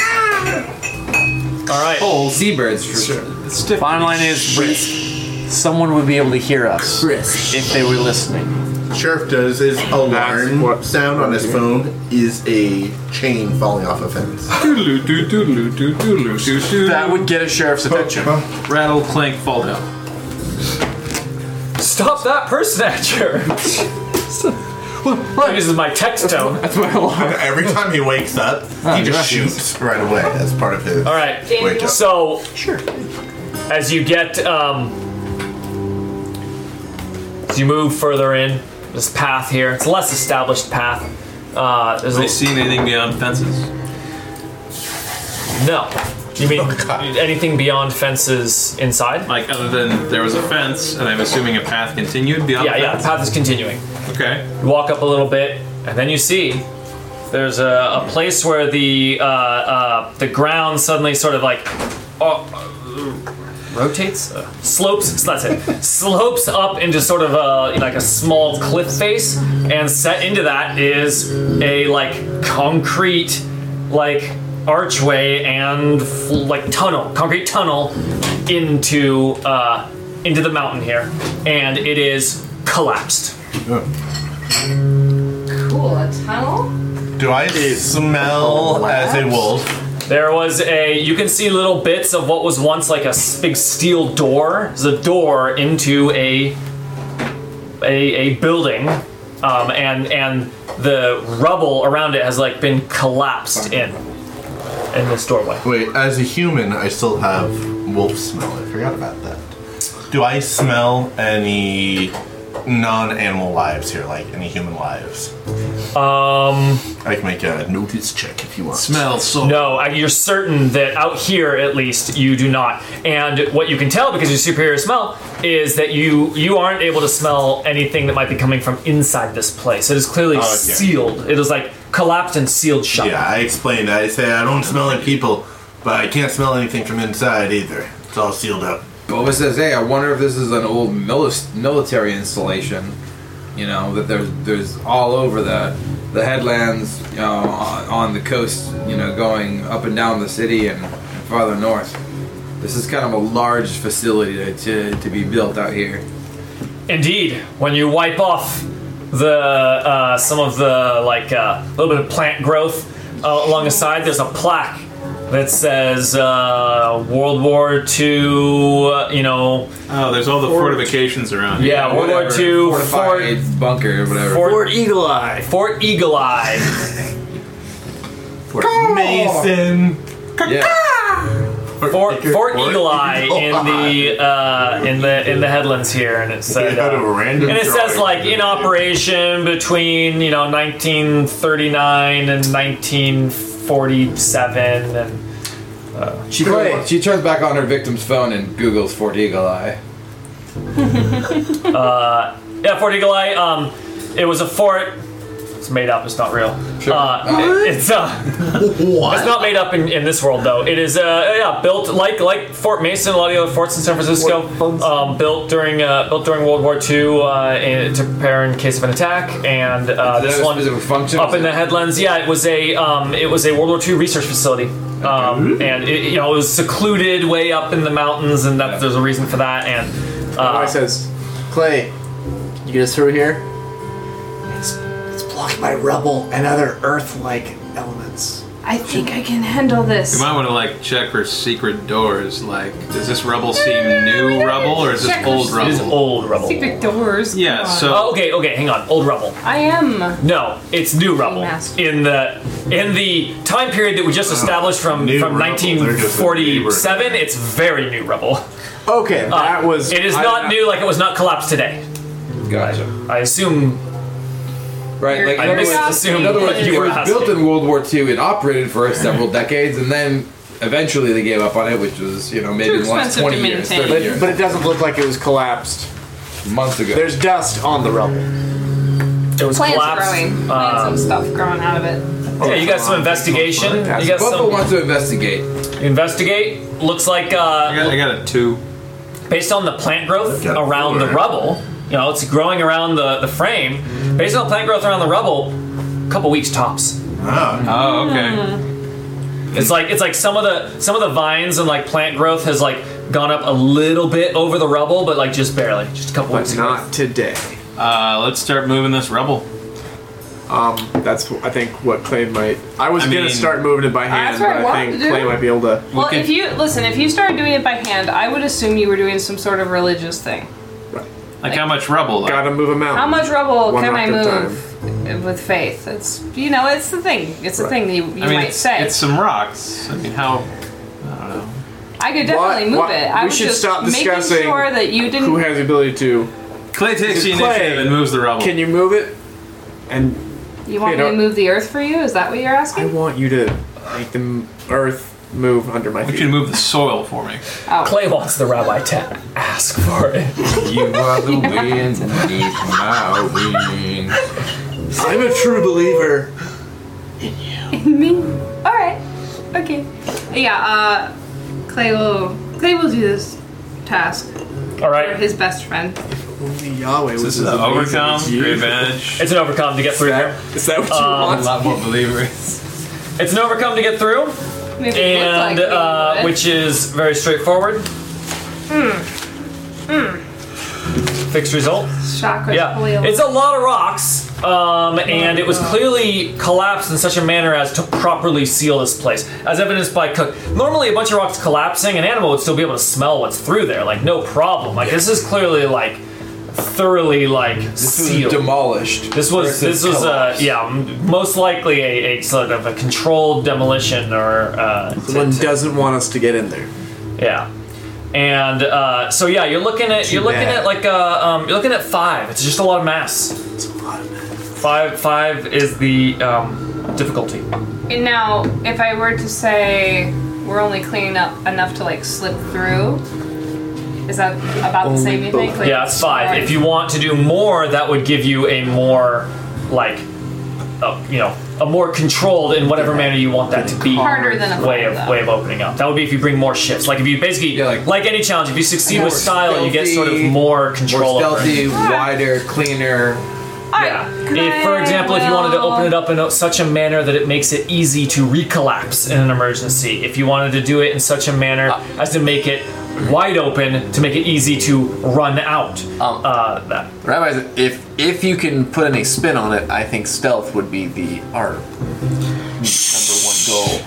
all right.
Old seabirds. For sure.
Bottom line is, someone would be able to hear us if they were listening.
Sheriff does his alarm sound on his phone is a chain falling off a fence.
doodaloo, doodaloo, doodaloo, doodaloo, doodaloo.
That would get a sheriff's attention.
rattle, clank, fall down.
Stop that person snatcher! This is my text tone.
That's my alarm.
Every time he wakes up, he just shoots right away. That's part of his.
All right.
Danny,
Wait,
you
just-
So sure. As you get, um, as you move further in this path here, it's a less established path. Uh, there's
Have
a,
they seen anything beyond fences?
no. You mean
Oh, God.
anything beyond fences inside?
Like other than there was a fence, and I'm assuming a path continued beyond.
Yeah, yeah. The
the
path is continuing.
fence? Okay.
You walk up a little bit, and then you see there's a, a place where the uh, uh, the ground suddenly sort of like uh, rotates, uh, slopes. That's it. slopes up into sort of a like a small cliff face, and set into that is a like concrete like archway and f- like tunnel, concrete tunnel into uh, into the mountain here, and it is collapsed.
Cool, a tunnel?
Do I smell as a wolf?
There was a. You can see little bits of what was once like a s- big steel door. There's a door into a a, a building, um, and and the rubble around it has like been collapsed in in this doorway.
Wait, as a human, I still have wolf smell. I forgot about that. Do I smell any non-animal lives here, like any human lives?
Um,
I can make a notice check if you want.
Smell so.
no, I- you're certain that out here at least you do not. And what you can tell because your superior smell is that you you aren't able to smell anything that might be coming from inside this place. It is clearly
okay.
sealed. It is like collapsed and sealed shut.
Yeah, I explained. I say I don't smell like people, but I can't smell anything from inside either. It's all sealed up.
Boba says, "Hey, I wonder if this is an old mili- military installation. You know that there's there's all over the the headlands, you know, on, on the coast, you know, going up and down the city and farther north. This is kind of a large facility to to, to be built out here.
Indeed, when you wipe off the uh, some of the like uh, a little bit of plant growth uh, along the side, there's a plaque that says uh, World War II. Uh, you know,
Oh, there's all the fortifications around.
yeah, World War
Whatever,
II.
fortified
Fort,
bunker, whatever.
Fort,
Or Eagle Eye.
Fort Eagle Eye.
Mason.
yeah.
Fort, Fort Eagle Eye in the
Eagle
uh, in the in the headlands here, and it said.
Out of a
Uh,
random
and it says
drawing.
like in operation between you know 1939 and 1947 and
She play, she turns back on her victim's phone and Google's Fort Eagle Eye.
Yeah, Fort Eagle Eye. Um, it was a fort. It's made up. It's not real.
Sure.
Uh,
What?
it's uh, it's not made up in, in this world though. It is uh, yeah, built like like Fort Mason, a lot of the other forts in San Francisco, um, built during uh, built during World War II uh, in, to prepare in case of an attack. And uh,
Does it
this
have a
one
specific function?
up in the headlands. Yeah, it was a um, it was a World War II research facility, um, and it, you know it was secluded way up in the mountains, and that there's a reason for that. And uh,
I says, Clay, you get us through here? It's, it's blocked by rubble and other earth like elements.
I think I can handle
You
this.
might want to like check for secret doors. Like, does this rubble seem new rubble or is
Check for
this old
it
rubble?
is
Oh.
old rubble.
Secret doors.
Yeah.
Come on.
So
Oh, okay, okay, hang on. Old rubble.
I am.
No, it's new rubble.
Remastered.
In the in the time period that we just established from
New
from
rubble. They're just a new
1947, it's very new rubble.
Okay, that was.
It is
I-
not new like it was not collapsed today.
Gotcha.
I assume
Right, like
I
in other
mis-
words-
assumed
in other words,
what you
it
were
was built
asking.
in World War II. It operated for several decades, and then eventually they gave up on it, which was you know maybe
Too
in the last
expensive to
twenty years,
maintain.
thirty years.
But it doesn't look like it was collapsed
months ago.
There's dust on the rubble.
It was
Plants
collapsed.
growing. Plants
Uh,
and stuff growing out of it.
yeah, you got some investigation. You got
Bubba
some
wants to investigate.
investigate. Looks like uh,
I got a two.
based on the plant growth
Yeah.
around the rubble, you know, it's growing around the, the frame. Based on the plant growth around the rubble, a couple weeks tops.
Ah,
Oh, okay.
It's like it's like some of the some of the vines and like plant growth has like gone up a little bit over the rubble, but like just barely, just a couple weeks.
But not today.
Oh.
Uh, let's start moving this rubble.
Um, that's I think what Clay might. I was
I
gonna
mean-
start moving it by hand,
that's what I
but I
wanted
think
to do.
Clay might be able to.
Well,
could-
if you listen, if you started doing it by hand, I would assume you were doing some sort of religious thing.
Like, how much rubble? Like,
Gotta move a mountain.
How much rubble
One
can I
rock at a
move with faith? It's you know, it's the thing. It's the
Right.
thing that you, you
I mean,
might
it's,
say.
it's some rocks. I mean, how?
I could definitely
Why-
move
why-
it. I
we
was
should
just
stop
making
discussing
sure that you didn't.
Who has the ability to?
Clay takes
Is
the
Clay-
initiative and moves the rubble.
Can you move it? And
you want
Hey,
me to
don't-
move the earth for you? Is that what you're
I
asking?
want you to make the m- earth move under my
you can
feet.
move the soil for me.
Clay wants the rabbi to ask for it.
You are the wind beneath my wings.
I'm a true believer.
Me? All right. Okay. Yeah. Uh, Clay will. Clay will do this task
All
for
right,
his best friend.
Only Yahweh was
This is overcome, great advantage.
it's an overcome to get through here. Um,
Is that what you want?
lot more believers.
It's an overcome to get through,
Maybe it looked like
and
me,
uh,
but-
which is very straightforward. Fixed result.
chakras
Yeah,
coil.
it's a lot of rocks, um, and it was clearly collapsed in such a manner as to properly seal this place, as evidenced by Cook. Normally, a bunch of rocks collapsing, an animal would still be able to smell what's through there, like no problem. Like this is clearly like thoroughly like sealed.
Demolished.
this was this was uh, yeah, m- most likely a, a sort of a controlled demolition or uh,
Someone doesn't want us to get in there.
yeah. And uh, so yeah, you're looking at you're looking
bad.
at like uh, um, you're looking at five. It's just a lot of mass.
It's a lot of men.
Five five is the um, difficulty.
And now, if I were to say we're only cleaning up enough to like slip through, is that about the same? You think? Like,
Yeah, it's five.
alright.
If you want to do more, that would give you a more like, a, you know, a more controlled in whatever manner you want that to be.
Harder than a
way
five,
of
though.
way of opening up. That would be if you bring more shifts. Like if you basically
Yeah,
like,
like-
any challenge, if you succeed with
More
style, you get sort of
stealthy,
more
More
control. over it.
stealthy,
Ah.
wider, cleaner.
Alright,
Yeah.
can
If, for
I-
example, if you wanted to
well,
open it up in a- such a manner that it makes it easy to recollapse in an emergency, if you wanted to do it in such a manner
Uh.
as to make it wide open to make it easy to run out,
Um.
uh, that
Rabbi, if if you can put any spin on it, I think stealth would be the our number one goal.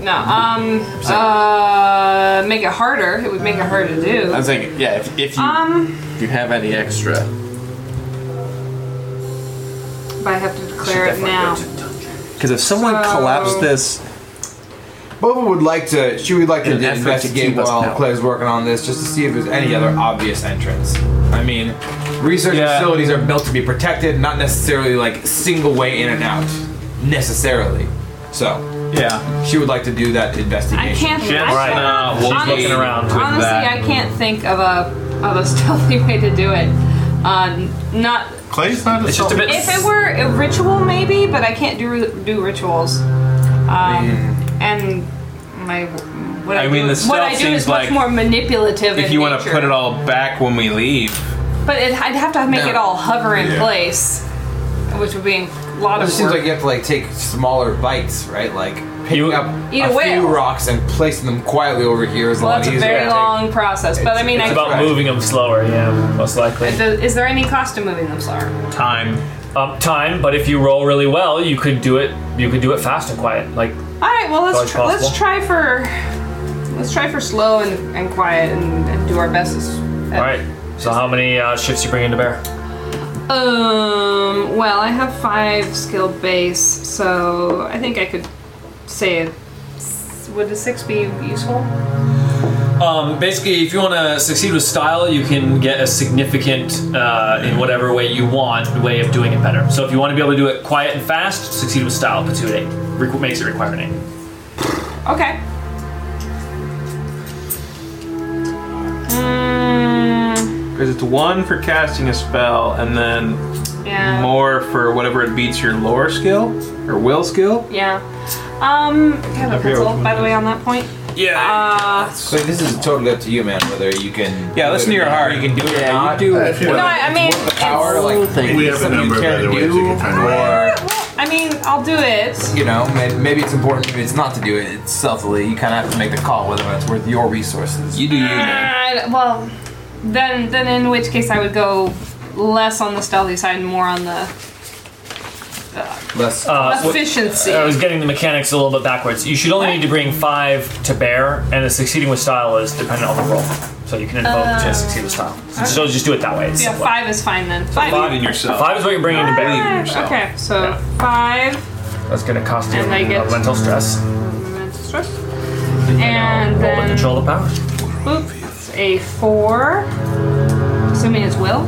No. Um. Uh. Make it harder. It would make it hard to do.
I was thinking, yeah, if, if you
Um.
if you have any extra,
But I have to declare it now.
because if someone
So-
collapsed this,
Bubba would like to. She would like to
In an effort to
investigate
keep us
while
out.
Clay's working on this, just to see if there's any other obvious entrance. I mean, research
Yeah.
facilities are built to be protected, not necessarily like single way in and out, necessarily. So
Yeah.
she would like to do that investigation.
I can't.
Jen's
I
Right.
not
can't-
walking
honestly-
around with
Honestly,
that.
I can't think of a of a stealthy way to do it. Uh, not
Clay's not a
it's just a
soul.
bit.
if it were a ritual, maybe, but I can't do do rituals. Um, and my what I,
Mm. I mean,
do,
the
what I do
stealth
is
seems
much
like
more manipulative.
If
in
you want to
nature.
put it all back when we leave,
but it, I'd have to make
No.
it all hover in
Yeah.
place, which would be a lot
It
of
just seems
work.
like you have to like take smaller bites, right? Like picking
You-
up
Eat a
a
whale.
few rocks and placing them quietly over here is a
well,
lot
that's a
easier.
very
to take.
long process. But I mean,
it's
I,
It's about
Right.
moving them slower, yeah, most likely.
the- is there any cost to moving them slower?
time.
Um, time, but if you roll really well, you could do it. You could do it fast and quiet. Like
All right, well let's
Probably
try, let's
possible.
try for let's try for slow and, and quiet and, and do our best. as- at-
all right. So how many uh, shifts you bring into bear?
Um. Well, I have five skill base, so I think I could say it. Would a six be useful?
Um, basically, if you want to succeed with style, you can get a significant, uh, in whatever way you want, way of doing it better. So if you want to be able to do it quiet and fast, succeed with style, puts you at eight. Requ- makes it require an eight.
Okay. Mm,
Because it's one for casting a spell, and then
Yeah.
more for whatever it beats your lore skill or will skill.
Yeah. Um, I have a pencil, by the way, on that point.
Yeah.
Uh,
So this is totally up to you, man. Whether you can.
Yeah, listen to your heart. You can do it or
Yeah, you
not.
do.
I feel
no,
like
I, I mean,
the power,
it's-
like
we have a
something
number of
you care
other
to
ways we
do,
can kind of.
or
Uh, I mean, I'll do it.
you know, maybe, maybe it's important. Maybe it's not to do it. It's stealthily. You kind of have to make the call whether it's worth your resources.
you do you, man.
Uh, well, then, then in which case I would go less on the stealthy side, and more on the
Less.
Uh, what-
efficiency.
I was getting the mechanics a little bit backwards. You should only need to bring five to bear, and the succeeding with style is dependent on the roll. So you can invoke to succeed with style. So just- just do it that way. It's
Uh, yeah,
simpler.
five is fine then. Five.
Believe in yourself.
Five is what you're bringing to bear.
Five, Okay, so five.
That's going to cost you
And I get-
a mental stress.
And
Roll to
then,
control the power.
boop, it's a four. Assuming it's will.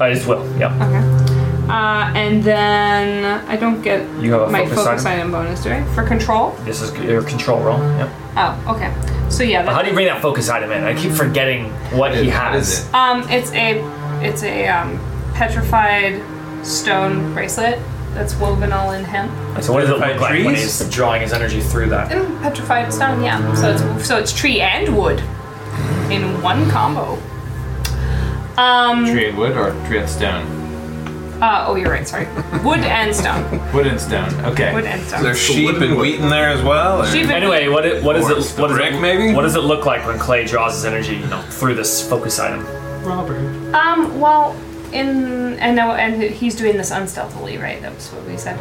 Uh, it's will. Yeah.
Okay. Uh, and then I don't get
You have a
my
focus
focus
item.
item bonus, do I? For control?
This is your control roll. Yeah.
Oh, okay. So yeah,
How
that,
do you bring that focus item in? I keep forgetting what he
What
has.
is it?
um, it's a it's a um, petrified stone bracelet that's woven all in hemp.
So what does it look like when
trees?
he's drawing his energy through that?
Mm, petrified stone, yeah. So it's so it's tree and wood in one combo. Um.
Tree and wood or tree and stone.
Uh, oh, you're right. Sorry. Wood and stone.
Wood and stone. Okay.
Wood and stone.
There's sheep and wheat in there as well. or-
Sheep and-
Anyway, what it, what is it? What, is
brick,
it
maybe?
what does it look like when Clay draws his energy you know, through this focus item?
Um. Well, in and no, and he's doing this unstealthily, right? That was what we said.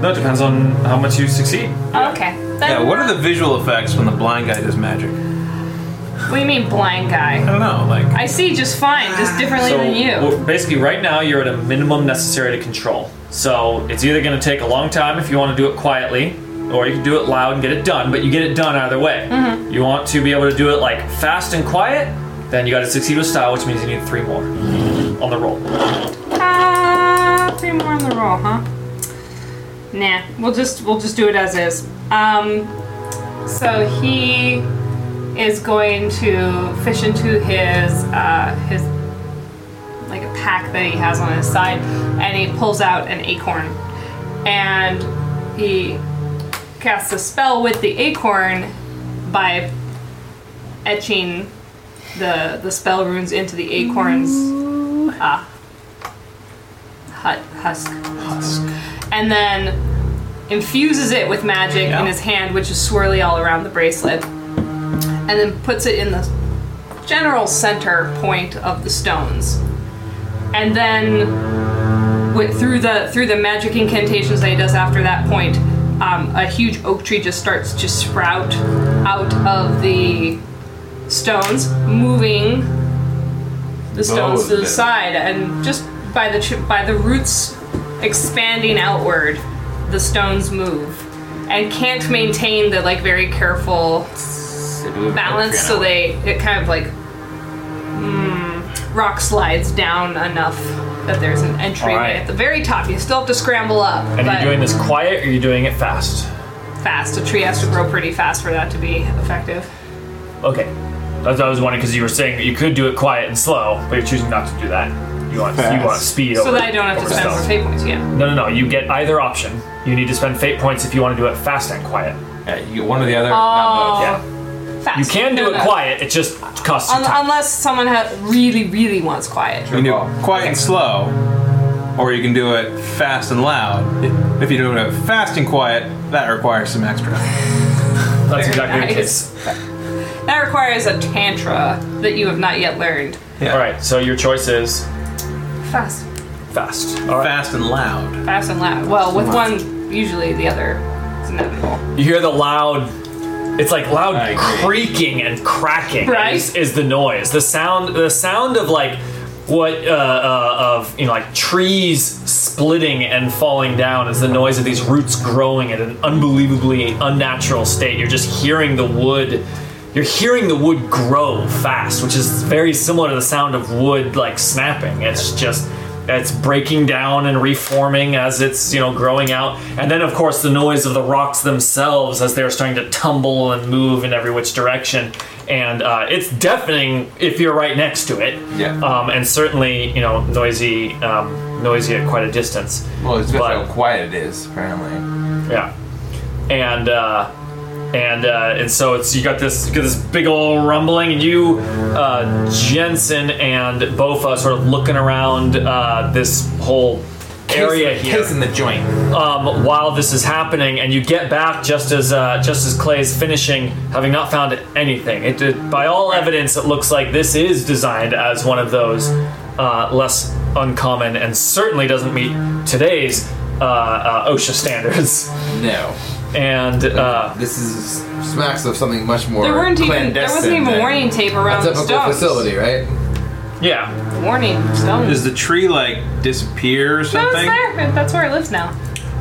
No, it depends on how much you succeed.
Okay. Then
Yeah. What are the visual effects when the blind guy does magic?
What do you mean, blind guy?
I don't know. Like
I see just fine, just differently than you.
w- basically, right now you're at a minimum necessary to control. So it's either going to take a long time if you want to do it quietly, or you can do it loud and get it done. But you get it done either way. You want to be able to do it like fast and quiet. Then you got to succeed with style, which means you need three more on the roll.
Ah, three more on the roll, huh? Nah, we'll just we'll just do it as is. Um, so he is going to fish into his uh, his like a pack that he has on his side, and he pulls out an acorn, and he casts a spell with the acorn by etching the the spell runes into the acorn's uh, hut, husk. And then infuses it with magic in his hand, which is swirly all around the bracelet, and then puts it in the general center point of the stones. And then with, through the through the magic incantations that he does after that point, um, a huge oak tree just starts to sprout out of the stones, moving the stones to the
Both.
side, and just by the ch- by the roots expanding outward, the stones move and can't maintain the like very careful balance, so they it kind of like mm, rock slides down enough that there's an entryway
Alright.
at the very top. You still have to scramble up,
And
but
you're doing this quiet, or you're doing it fast.
fast. A tree has to grow pretty fast for that to be effective.
Okay. That's what I was wondering because you were saying that you could do it quiet and slow, but you're choosing not to do that. You want you want speed.
so
over,
that I don't have to
over
spend more
stealth.
fate points. Yeah.
No, no, no. You get either option. You need to spend fate points if you want to do it fast and quiet.
Yeah, you get one or the other.
Oh.
not both.
yeah.
Fast.
You can do
No,
it
no.
quiet. It just costs you
Un-
time.
unless someone ha- really, really wants quiet.
you can do it quiet and slow, or you can do it fast and loud. If you do it fast and quiet, that requires some extra.
That's
Very
exactly the
nice.
case.
That requires a tantra that you have not yet learned.
All right. So your choice is
Fast.
fast. All right.
Fast and loud.
Fast and loud. Well, with one, usually the other is inevitable.
You hear the loud. It's like
I
loud
agree.
creaking and cracking
Right?
is, is the noise. The sound. The sound of like what uh, uh, of you know like trees splitting and falling down is the noise of these roots growing at an unbelievably unnatural state. You're just hearing the wood. You're hearing the wood grow fast, which is very similar to the sound of wood like snapping. It's just It's breaking down and reforming as it's you know growing out, and then of course the noise of the rocks themselves as they're starting to tumble and move in every which direction, and uh, it's deafening if you're right next to it.
Yeah.
Um, and certainly you know noisy, um, noisy at quite a distance.
Well, it's just
But-
how quiet it is, apparently.
Yeah, and uh, and uh, and so it's you got this you got this big old rumbling, and you, uh, Jensen and Bofa, sort of looking around uh, this whole area here
Case in the joint.
um, while this is happening, and you get back just as uh, just as Clay is finishing, having not found anything. It, it, by all evidence, it looks like this is designed as one of those uh, less uncommon, and certainly doesn't meet today's uh, uh, OSHA standards.
No.
And uh,
This is smacks of something much more.
There weren't even there
clandestine
wasn't even
than
warning tape
A
around the
typical
stones.
facility, right?
yeah,
Warning stones.
Does the tree like disappear or
No, it's
something?
there. That's where it lives now.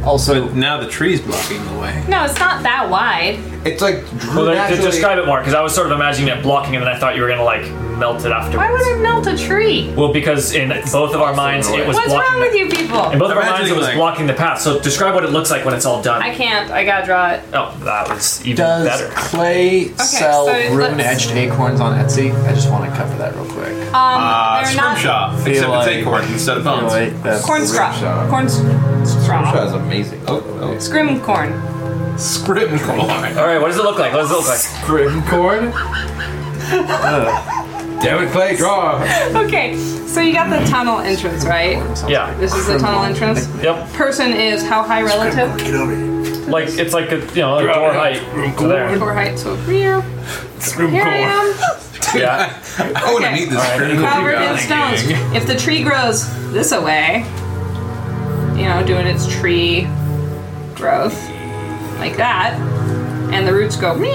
Also,
But now the tree's blocking the way.
No, it's not that wide.
It's like
well, then,
naturally-
describe it more because I was sort of imagining it blocking, and then I thought you were gonna like melt it afterwards.
Why would it melt a tree?
well, because in both of our minds, it was
What's
blocking.
wrong
the-
with you people?
in both of our
Imagine
minds, it
it
was
like-
blocking the path. So describe what it looks like when it's all done.
I can't. I gotta draw it.
Oh, that was even
does
better.
Clay sell
so
ruined
let's-
edged acorns on Etsy? I just want to cover that real quick.
Um,
Uh,
Ah,
they're
shrimp
not
shop.
Feel
Except
like-
it's acorn instead
Oh,
of bones.
Like, that's
corn
Rim
straw.
shot.
Corn s- straw.
That's amazing. Oh,
Scrim corn.
Scrim corn.
All right, what does it look like? What does it look like?
Grim corn?
Damn it, Clay, draw.
Okay, so you got the tunnel entrance, right?
Yeah.
This is the tunnel entrance.
Yep.
Person is how high relative?
Get over here.
Like it's like a you know a door height to there.
Four height, so here. Here I am.
Yeah.
I want to meet this scrim
Covered in stones. If the tree grows this away, you know, doing its tree growth like that, and the roots go meow,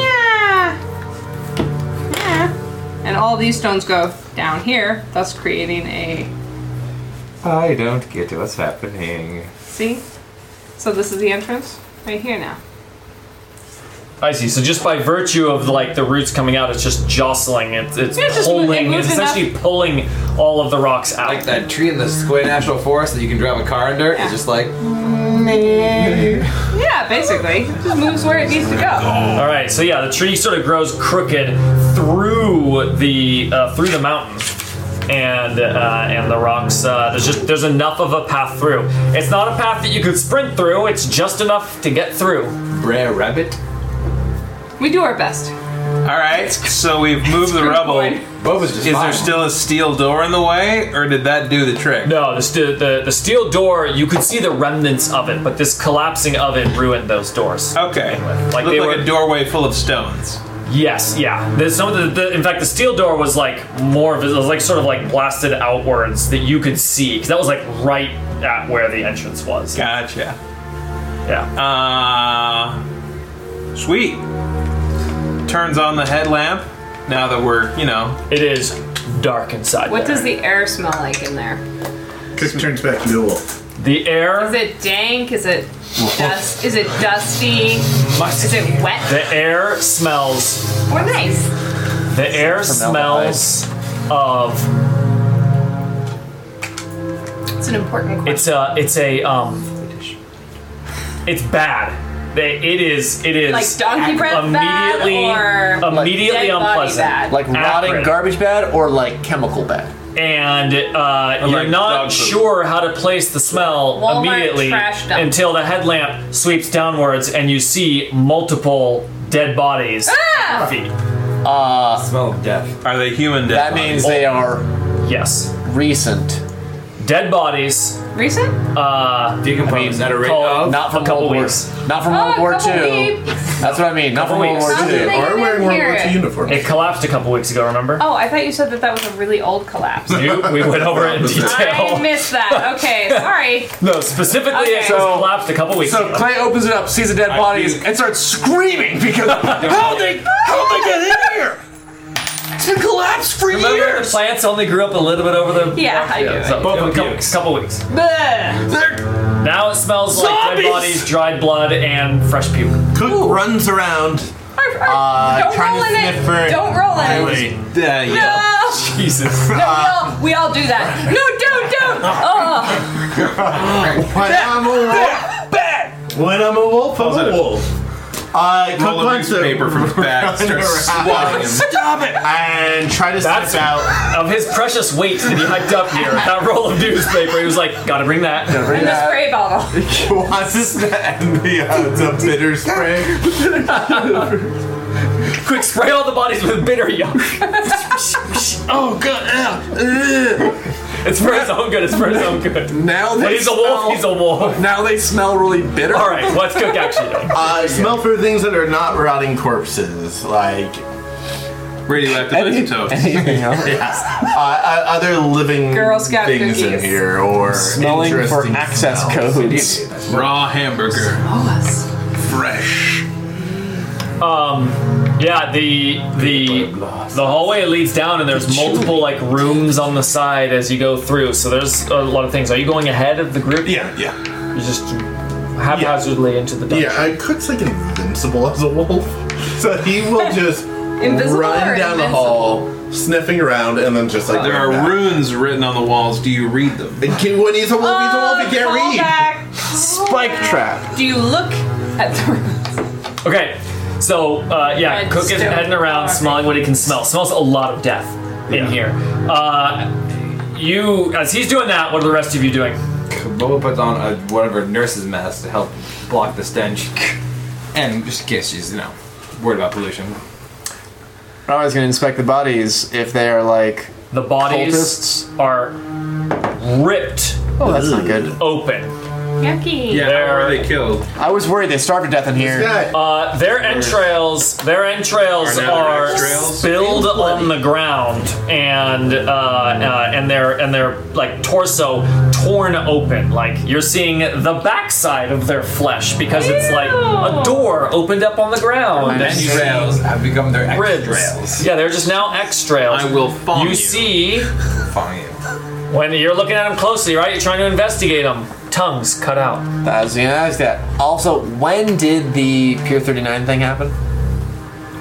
meow, and all these stones go down here, thus creating a
I don't get what's happening.
see. So this is the entrance right here now.
I see. So just by virtue of like the roots coming out, it's just jostling. It's it's
Yeah, it's just mo- it
pulling.
moves
it's essentially pulling all of the rocks out.
Like that tree in the Sequoia National Forest that you can drive a car under. It's just like
Yeah, basically, it just moves where it needs to go.
All right. So yeah, the tree sort of grows crooked through the uh, through the mountain. And uh, and the rocks. Uh, there's just there's enough of a path through. It's not a path that you could sprint through. It's just enough to get through.
Brer Rabbit.
We do our best.
All right, so we've moved the
Good
rubble.
point.
Boba's just
Is
fine.
there still a steel door in the way, or did that do the trick?
No, the, st- the the steel door. You could see the remnants of it, but this collapsing of it ruined those doors.
Okay.
Like
Like
they
Looked Oh, like
were-
a doorway full of stones.
Yes, yeah. There's some of the, the. In fact, the steel door was like more of it was like sort of like blasted outwards that you could see 'cause that was like right at where the entrance was.
Gotcha.
Yeah.
Uh, sweet. Turns on the headlamp. Now that we're, you know,
It is dark inside.
What
there.
does the air smell like in there?
Cook turns back into a wolf.
the air?
Is it dank? Is it dust? Is it dusty? Is it wet?
the air smells
Or nice?
The air smells of
It's an important question.
it's a it's a um it's bad. They- It is it is
like donkey breath
immediately
bad or
immediately
dead body
unpleasant.
bad?
Like rotting
Acrid.
garbage bag or like chemical bag?
and uh, you're
like
not
dog food.
sure how to place the smell
Walmart
immediately
trash dump.
until the headlamp sweeps downwards and you see multiple dead bodies at
Ah!
your feet.
smell of death.
are they human dead?
That means they are
Yes,
recent.
dead bodies.
Recent?
Uh,
Decomposed. Is that a rate
called-
of?
Not from
A couple
World War.
weeks.
Not from
Oh,
World War
a couple
II.
weeks.
That's what I mean. Not from
Couple
World War
weeks.
How did
II.
they-
Are wearing World War II uniforms.
it collapsed a couple weeks ago. Remember?
Oh, I thought you said that that was a really old collapse.
You- we went over it Oh. in
I
detail.
missed that. Okay, sorry.
No, specifically, it
Okay.
was
So-
collapsed a couple weeks
So
ago.
Clay opens it up, sees the dead bodies, and starts screaming because how they how they get in here? It's been collapsed for
Remember, the
years.
plants only grew up a little bit over the.
Yeah, I do.
So,
Both
a
of
couple,
you.
couple weeks.
Bleh.
They're-
Now it smells like dead
Zombies!
bodies, dried blood, and fresh puke.
Cook runs around.
Arf, arf. Don't
trying
roll
to
in
sniff for
it. Don't roll in it.
Really?
uh, Yeah, yeah.
No.
Jesus.
No, we all, we all do that. No, don't, Oh, don't.
When I'm a wolf, when I'm a wolf,
Was
I'm
that
a
a-
wolf. I Uh, cook
Roll a
lunch
newspaper from his back, start swatting him.
Stop it! And try to
That's-
step out.
Of his precious weight that he hiked up here, that roll of newspaper, he was like, gotta bring that.
And the spray bottle.
What's this? And the, uh, the bitter spray.
Quick, spray all the bodies with bitter yuck.
Oh god!
It's for his own good, it's for his own good.
Now they
But he's a wolf,
smell-
he's a wolf.
Now they smell really bitter.
Alright, what's Cook actually doing?
Uh, smell for things that are not rotting corpses, like
Radioactive isotopes.
Anything else?
uh, uh, other living
Girl Scout
things in
cookies.
here, or
Smelling for
interesting
access
smells.
codes.
Raw hamburger. Fresh.
Yeah, the the the hallway leads down, and there's multiple like rooms on the side as you go through. So there's a lot of things. Are you going ahead of the group?
Yeah, yeah,
You're just haphazardly into the dungeon.
yeah. I cook's like invincible as a wolf, so he will just
Invisible or
run down the hall, sniffing around, and then just like
There
run
are
back.
runes written on the walls. Do you read them?
And can- When he's a wolf, he's a wolf. He
Oh, Fall
can't read.
back.
Spike trap.
Do you look at the
Okay, so uh, yeah,
Right,
Cook is
still.
heading around,
Alright.
smelling what he can smell. Smells a lot of death in here. Uh, you, as he's doing that, what are the rest of you doing?
Boba puts on a whatever nurse's mask to help block the stench, and just in case she's you know worried about pollution.
I was gonna inspect the bodies if they are like.
The bodies
Cultists.
are ripped
Oh, that's not good.
open.
Yucky.
Yeah, how are they killed?
I was worried they starved to death in here.
Yeah.
Uh, their entrails, their entrails
Are now their
are,
extrails?
spilled on the ground, and uh, uh, and their and their like torso torn open. Like you're seeing the backside of their flesh because it's like a
Ew.
door opened up on the ground.
And
and
trails have become their
Ribs.
extrails.
Yeah, they're just now extrails.
I will fawn
You
you.
see
Fine.
when you're looking at them closely, right? You're trying to investigate them. Tongues cut out.
I was gonna ask that. Also, when did the Pier 39 thing happen?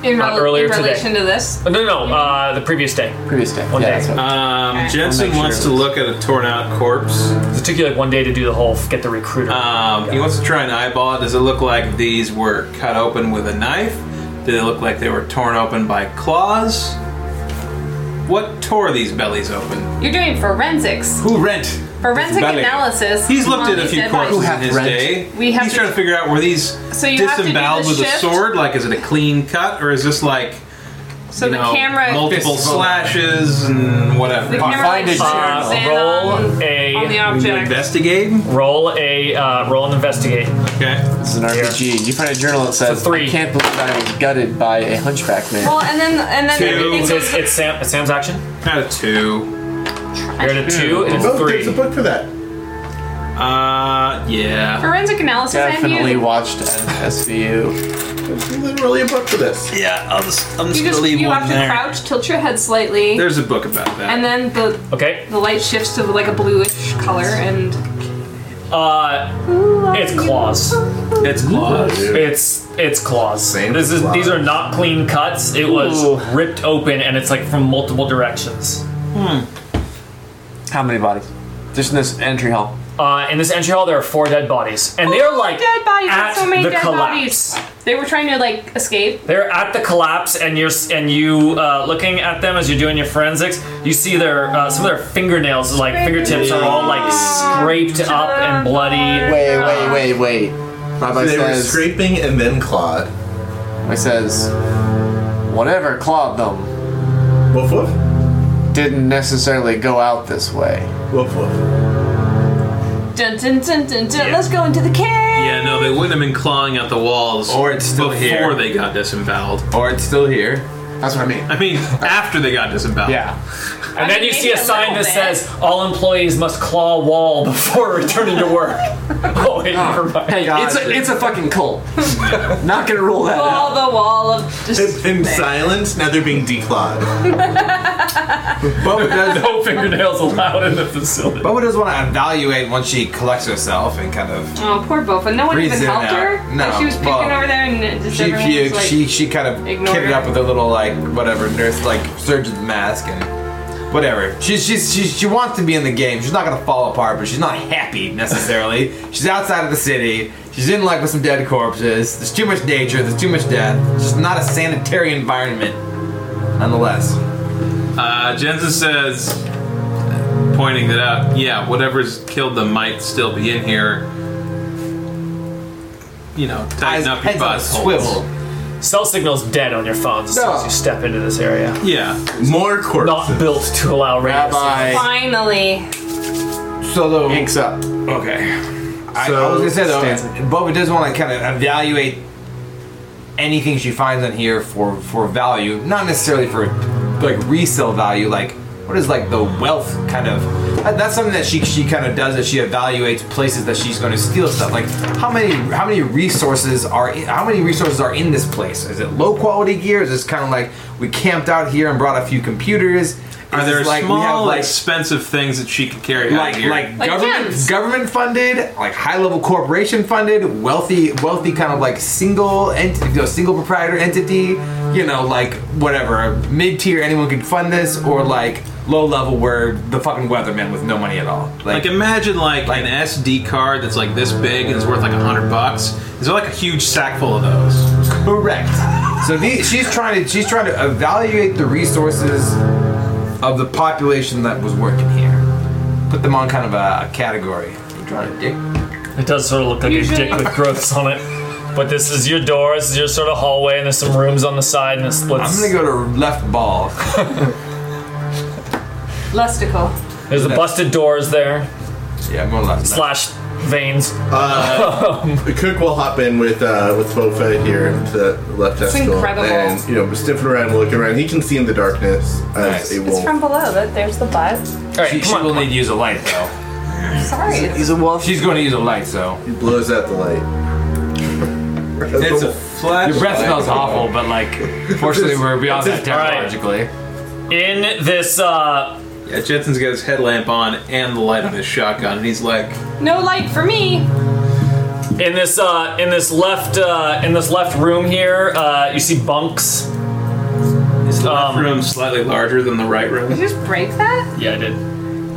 In,
Not
rel-
earlier
in
today.
relation to this.
No, no, no. Uh, the previous day.
Previous day.
One
yeah,
day.
that's what-
Um,
Okay.
Jensen
I'll make sure
wants
it
to look at a torn out corpse.
It took you like one day to do the whole get the recruiter.
Uh,
Um, he wants to try and eyeball it. Does it look like these were cut open with a knife? Did it look like they were torn open by claws? What tore these bellies open?
You're doing forensics.
Who rent?
Forensic
Belly.
analysis.
He's looked
on
at a
these
few
dead
corpses
bodies.
in his
rent?
day.
We have
He's
to-
trying to figure out were these
So you have to do
disemboweled
the
with a
shift?
sword? Like, is it a clean cut, or is this like
So
you
the
know,
camera.
multiple
Fistful.
slashes and whatever?
the camera
Find
like,
a
zooms in
Uh, roll
on,
a-
um, on the
Can you
object.
investigate.
Roll a uh, roll and investigate.
Okay.
This is an RPG. You find a journal that says,
three.
I can't believe I was gutted by a hunchback man.
Well, and then and then
Two.
everything
It's,
goes.
it's, it's Sam, it's Sam's action.
Out of two.
You're at a two and
Oh,
a
there's
three.
a book for that.
Uh, yeah.
Forensic analysis and
Definitely
you.
watched an SVU.
There's literally a book for this.
Yeah, I'll just, I'm just
You just you have to crouch, tilt your head slightly,
There's a book about that.
and then the
Okay.
the light shifts to like a bluish color, and
Uh, it's claws.
It's claws.
It's it's claws.
Same
this is
claws.
these are not clean cuts. It was
Ooh.
ripped open and it's like from multiple directions.
Hmm.
How many bodies? Just in this entry hall.
Uh, in this entry hall, there are four dead bodies, and they are like
Oh, dead bodies.
at
so many
the
dead
collapse.
bodies. They were trying to like escape.
They're at the collapse, and you're s- and you uh, looking at them as you're doing your forensics. You see their uh, some of their fingernails, like fingertips, are all like scraped up and bloody.
Wait, wait, wait, wait. Rabbi
They were
says,
scraping and then clawed.
Rabbi says, whatever clawed them
Woof woof.
didn't necessarily go out this way.
Woof woof.
Dun dun dun dun dun. Let's go into the cave.
Yeah, no, they wouldn't have been clawing at the walls
Or it's still
before
here.
they got disemboweled.
Or it's still here.
That's what I mean.
I mean, after they got disemboweled.
And then you see a
Maybe a
sign that
little bit.
says all employees must claw wall before returning to work. oh, wait, never mind.
Ah. Hey, it's a, it's a fucking cult. Not gonna rule that out.
All the wall of just.
In silence, now they're being declawed.
Boba does.
No fingernails allowed in the facility.
Boba does want to evaluate once she collects herself and kind of.
Oh, poor Bofa. No one even
Breathes in
helped
out.
her.
No,
Like, she was puking
well,
over there, and it just
She
everyone was
puked.
like,
she she kind of
ignore
kitted
her.
up with a little like whatever nurse like surgeon's mask and
Whatever.
She's, she's, she's, she wants to be in the game. She's not going to fall apart, but she's not happy necessarily. she's outside of the city. She's in like with some dead corpses. There's too much nature. There's too much death. It's just not a sanitary environment, nonetheless.
Uh, Jensen says, pointing it out, yeah, whatever's killed them might still be in here. You know, tighten
Eyes-
up your
heads on a
buttholes.
swivel.
Cell signal's dead on your phones as soon as you step into this area.
Yeah.
More corpses.
Not built to allow radio.
Rabbi
Finally.
So though,
inks up.
Okay. I,
So-
I was gonna say though,
Stands-
Boba does want to kind of evaluate anything she finds on here for for value, not necessarily for like resale value. Like, what is like the wealth kind of? that- That's something that she she kind of does as she evaluates places that she's going to steal stuff. Like, how many how many resources are in, how many resources are in this place? Is it low quality gear? Is this kind of like we camped out here and brought a few computers?
Are
Is
there
this like we
small,
have, like-
expensive things that she could carry out
like
of here?
like,
Like gems.
government government funded, like high level corporation funded, wealthy wealthy kind of like single entity, you know, single proprietor entity, you know, like whatever mid tier anyone can fund this, or like low level where the fucking weatherman with no money at all.
Like imagine like, an SD card that's like this big and is worth like a hundred bucks. Is there like a huge sack full of those?
Correct. So the, she's trying to she's trying to evaluate the resources of the population that was working here, put them on kind of a category. I'm trying to dig.
It does sort of look like
Usually-
a dick with growths on it. But this is your door, this is your sort of hallway, and there's some rooms on the side and it splits.
I'm gonna go to left ball.
Lusticle.
There's the busted doors there,
Yeah, I'm going left.
slash veins.
The cook will hop in with uh, with Bofa here to the left testicle,
incredible.
and you know, sniffing around, looking around. He can see in the darkness as
Nice.
a
It's
wolf.
from below. That there's the butt.
Alright,
She,
come
she
on.
will need to use a light though.
Sorry.
He's a wolf.
She's going to use a light, so
he blows out the light.
It's a flash.
your breath smells awful. But like, fortunately, we're beyond that
Alright.
technologically.
In this, uh,
Yeah, Jensen's got his headlamp on and the light of his shotgun, and he's like,
No light for me.
in this, uh, in this left, uh, in this left room here, uh, you see bunks.
"Is the left
Um,
room slightly larger than the right
Did
room?"
you just break that?
Yeah, I did.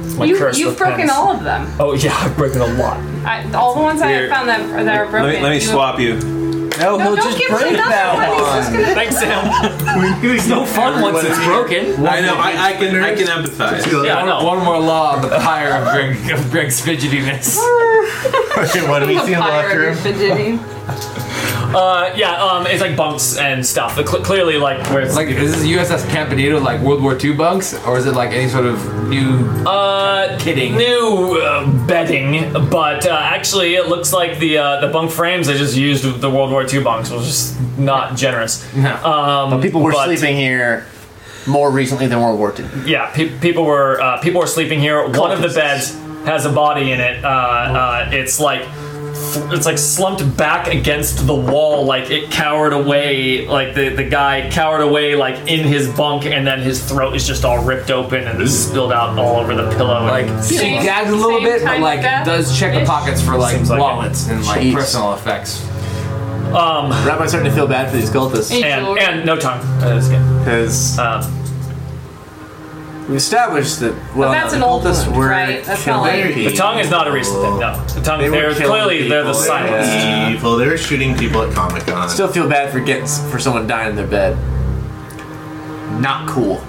It's my
you,
curse
you've
with
broken
pens.
all of them.
Oh yeah, I've broken a lot.
I, all the ones I
Here.
found that are, that are broken.
Let me, let me
you-
swap you.
No,
No,
he'll
don't
just
give
break
him another one. He's
that
just
one.
gonna.
Thanks, Sam.
It's
No fun once it's broken.
I know. I, I can. I can empathize.
Yeah, I know.
One more law on the pyre of, Greg, of Greg's fidgetiness.
Okay, what do we see in the locker room?
Uh, yeah, um, it's like bunks and stuff. But cl- clearly, like where it's
Like, is this USS Campanito like World War II bunks, or is it like any sort of new?
uh,
Kidding.
new uh, bedding, but uh, actually, it looks like the uh, the bunk frames they just used with the World War II bunks was just not generous. Um,
People were
but-
sleeping here more recently than World War II.
Yeah, pe- people were uh, people were sleeping here. One of the beds has a body in it. Uh, uh, it's like it's like slumped back against the wall, like it cowered away, like the, the guy cowered away, like in his bunk, and then his throat is just all ripped open and it's spilled out all over the pillow.
Like
and,
she
Same-
gags a little
same
bit, but
time
like
death
does check the
ish?
pockets for like
Seems like it.
wallets and like
Jeez.
personal effects.
um,
Rabbi's starting to feel bad for these cultists
and, and no tongue. Uh, that's good.
because
Um,
we established that well,
that's
the
an old
cultists
one,
were
right? That's not
killing
like-
people.
the tongue is not a recent thing. No, the tongue.
They
They
were
are
killing
clearly they're the
people,
silence.
Yeah.
Evil. They were shooting people at Comic Con.
Still feel bad for getting for someone dying in their bed. Not cool.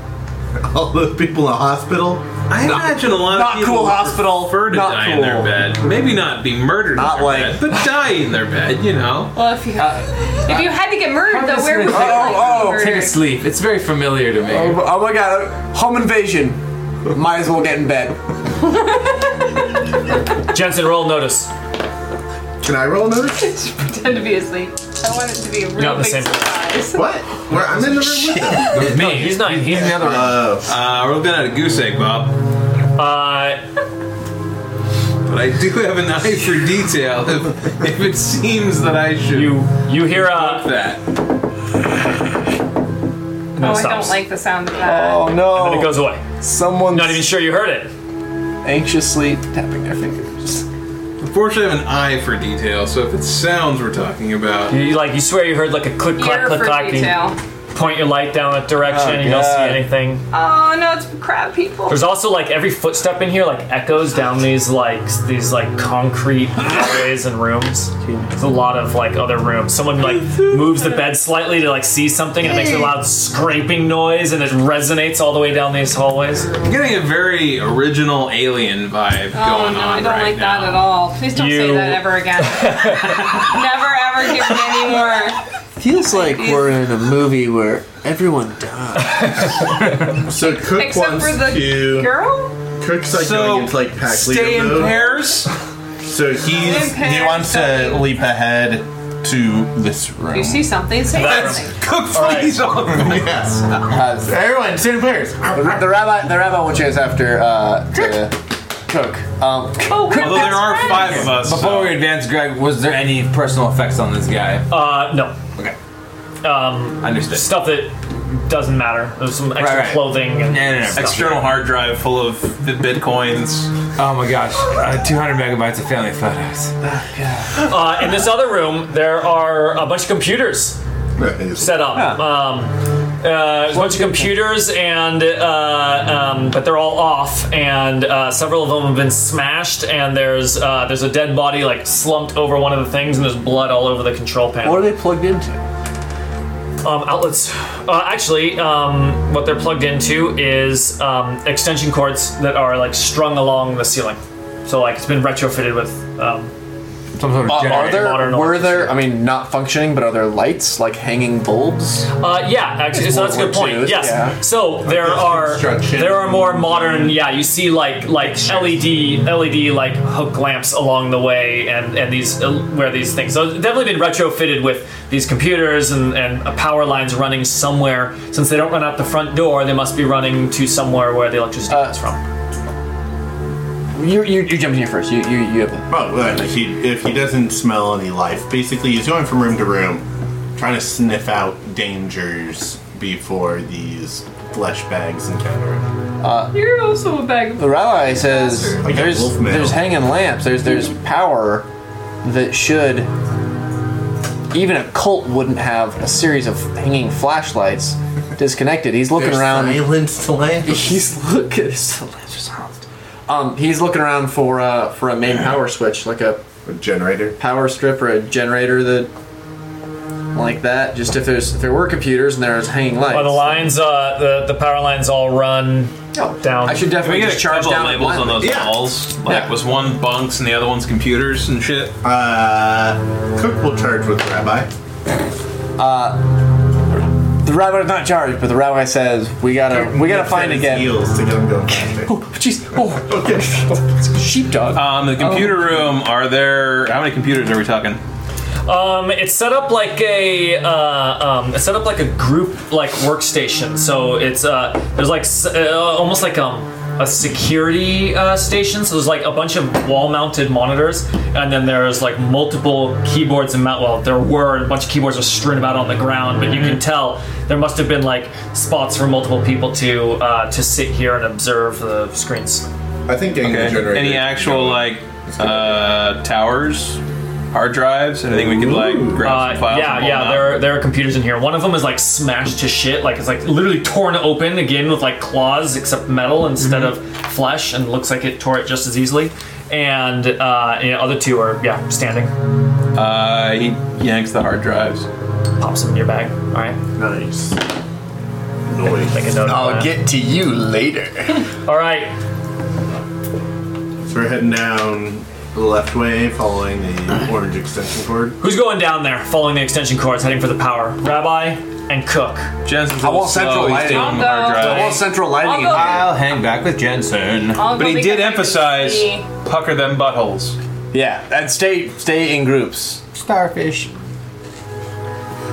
all the people in the hospital.
I imagine a lot
not
of people
cool
would
hospital,
prefer to
not
die
cool.
in their bed. Maybe not be murdered in
Not
their bed,
like-
but die in their bed. You know.
Well, if you if you had to get murdered, though, where would you
Oh,
like
oh,
to be
Take a
murdered?
sleep. It's very familiar to me.
Oh, oh my god, home invasion. Might as well get in bed.
Jensen, roll notice.
Can I roll notice?
Just pretend to be asleep. I want it to be a real
Not the
big
same.
surprise.
What? Where I'm in the room with them.
Me, he's not. He's
In the other
Oh,
Uh, we're looking at a goose egg, Bob.
uh,
But I do have an eye for detail. If, if it seems that I should
you you hear uh,
that.
Oh,
no
I
stops.
don't like the sound of that.
oh no.
and it goes away.
Someone's
Not even sure you heard it.
anxiously tapping their fingers.
Unfortunately, I have an eye for detail, so if it's sounds we're talking about,
You like you swear you heard like a click clack
Ear
click
for
clack. and-
detail.
point your light down a direction
Oh,
and you don't see
God.
anything.
Oh no, it's crab people.
There's also like every footstep in here like echoes down these like s- these like concrete hallways and rooms. There's a lot of like other rooms. Someone like moves the bed slightly to like see something and it makes a loud scraping noise and it resonates all the way down these hallways.
I'm getting a very original alien vibe
Oh
going
no,
on
I don't
right
like
now.
that at all. Please don't say
You-
that ever again. Never ever give me any more.
Feels like we're in a movie where everyone dies.
So Cook
Except
wants
for the
to.
girl?
Cook's like
So,
going into like pack
Stay
leader
in
mode.
pairs.
So he's.
Impair
He wants to
something.
leap ahead to this room.
You see something? Say
That's-
something.
Cook flees on me.
everyone, sit in pairs. The, the rabbi, the rabbi will chase after uh, to Cook. Um,
Oh, we're
Although there
best
are
friends.
five of us. so-
Before we advance, Greg, was there any personal effects on this guy?
Uh no.
Okay,
Um
understood.
stuff that doesn't matter. There's some extra
Right, right.
clothing and
No, no, no.
External hard drive full of the bitcoins.
Oh my gosh, uh, 200 megabytes of family photos.
uh, in this other room there are a bunch of computers set up. Um, uh, there's a bunch of computers, and uh, um, but they're all off, and uh, several of them have been smashed. And there's uh, there's a dead body like slumped over one of the things, and there's blood all over the control panel.
what are they plugged into?
Um, outlets. Uh, actually, um, what they're plugged into is um, extension cords that are like strung along the ceiling. So like it's been retrofitted with. Um,
Some sort of
Are
generator.
there
Modern
were
electricity.
there? I mean, not functioning, but are there lights like hanging bulbs?
Uh, yeah, actually, so that's a good
World War
point.
II,
Yes.
yeah.
So there are
construction.
there are more modern. Yeah, you see like like E LED LED like hook lamps along the way, and and these uh, where these things. So it's definitely been retrofitted with these computers and and uh, power lines running somewhere. Since they don't run out the front door, they must be running to somewhere where the electricity comes from.
You you, you jumped in here first. You you you have.
Oh, well, if he, if he doesn't smell any life, basically he's going from room to room, trying to sniff out dangers before these flesh bags encounter him.
You're also a bag of
The rabbi says
I got
there's
wolf mail.
there's hanging lamps. There's there's power that should even a cult wouldn't have a series of hanging flashlights disconnected. He's looking around.
Silence to life.
He's looking. it's the laser's housed. Um, he's looking around for uh, for a main power switch, like a
A generator.
power strip or a generator that, like that. Just if there's if there were computers and there was hanging lights.
Well, the lines, uh, the the power lines all run
Oh,
down.
I should
Can we
definitely
get
just
a
charge
couple
down
of labels on
blindly.
those
yeah.
walls? Like,
Yeah.
was one bunks and the other one's computers and shit?
Uh, Cook will charge with Rabbi.
The rabbi does not charge, but the rabbi says we gotta we gotta find
his
again.
Heels to get him going faster.
Oh, jeez. Oh, it's a sheepdog.
Um, the computer room. Are there? How many computers are we talking?
Um, it's set up like a uh, um, it's set up like a group like workstation. So it's uh, there's like s- uh, almost like um, a security uh, station. So there's like a bunch of wall-mounted monitors, and then there's like multiple keyboards and mount. Well, there were a bunch of keyboards are strewn about on the ground, but you can tell there must have been like spots for multiple people to uh, to sit here and observe the screens.
I think getting the generator.
Any actual like uh, towers, hard drives, anything we could like grab
Uh,
some files?
yeah,
and pull them
yeah.
out?
There are there are computers in here. One of them is like smashed to shit. Like it's like literally torn open again with like claws, except metal instead of flesh, and looks like it tore it just as easily. And uh, yeah, other two are yeah standing.
Uh, he yanks the hard drives.
Pops them in your bag. All right.
Nice.
Make
Noise.
a note. of that.
get to you later.
All right.
So we're heading down the left way, following the orange extension cord.
Who's going down there? Following the extension cords, heading for the power. Rabbi and Cook.
Jensen's a
want
little
central
slow. He's
lighting.
doing
I'll
the hard
go.
drive.
I
All central lighting.
I'll go-
I'll hang back with Jensen.
I'll go
uh, But he
because
did
I can
emphasize
see.
pucker them buttholes.
Yeah, and stay stay in groups.
Starfish.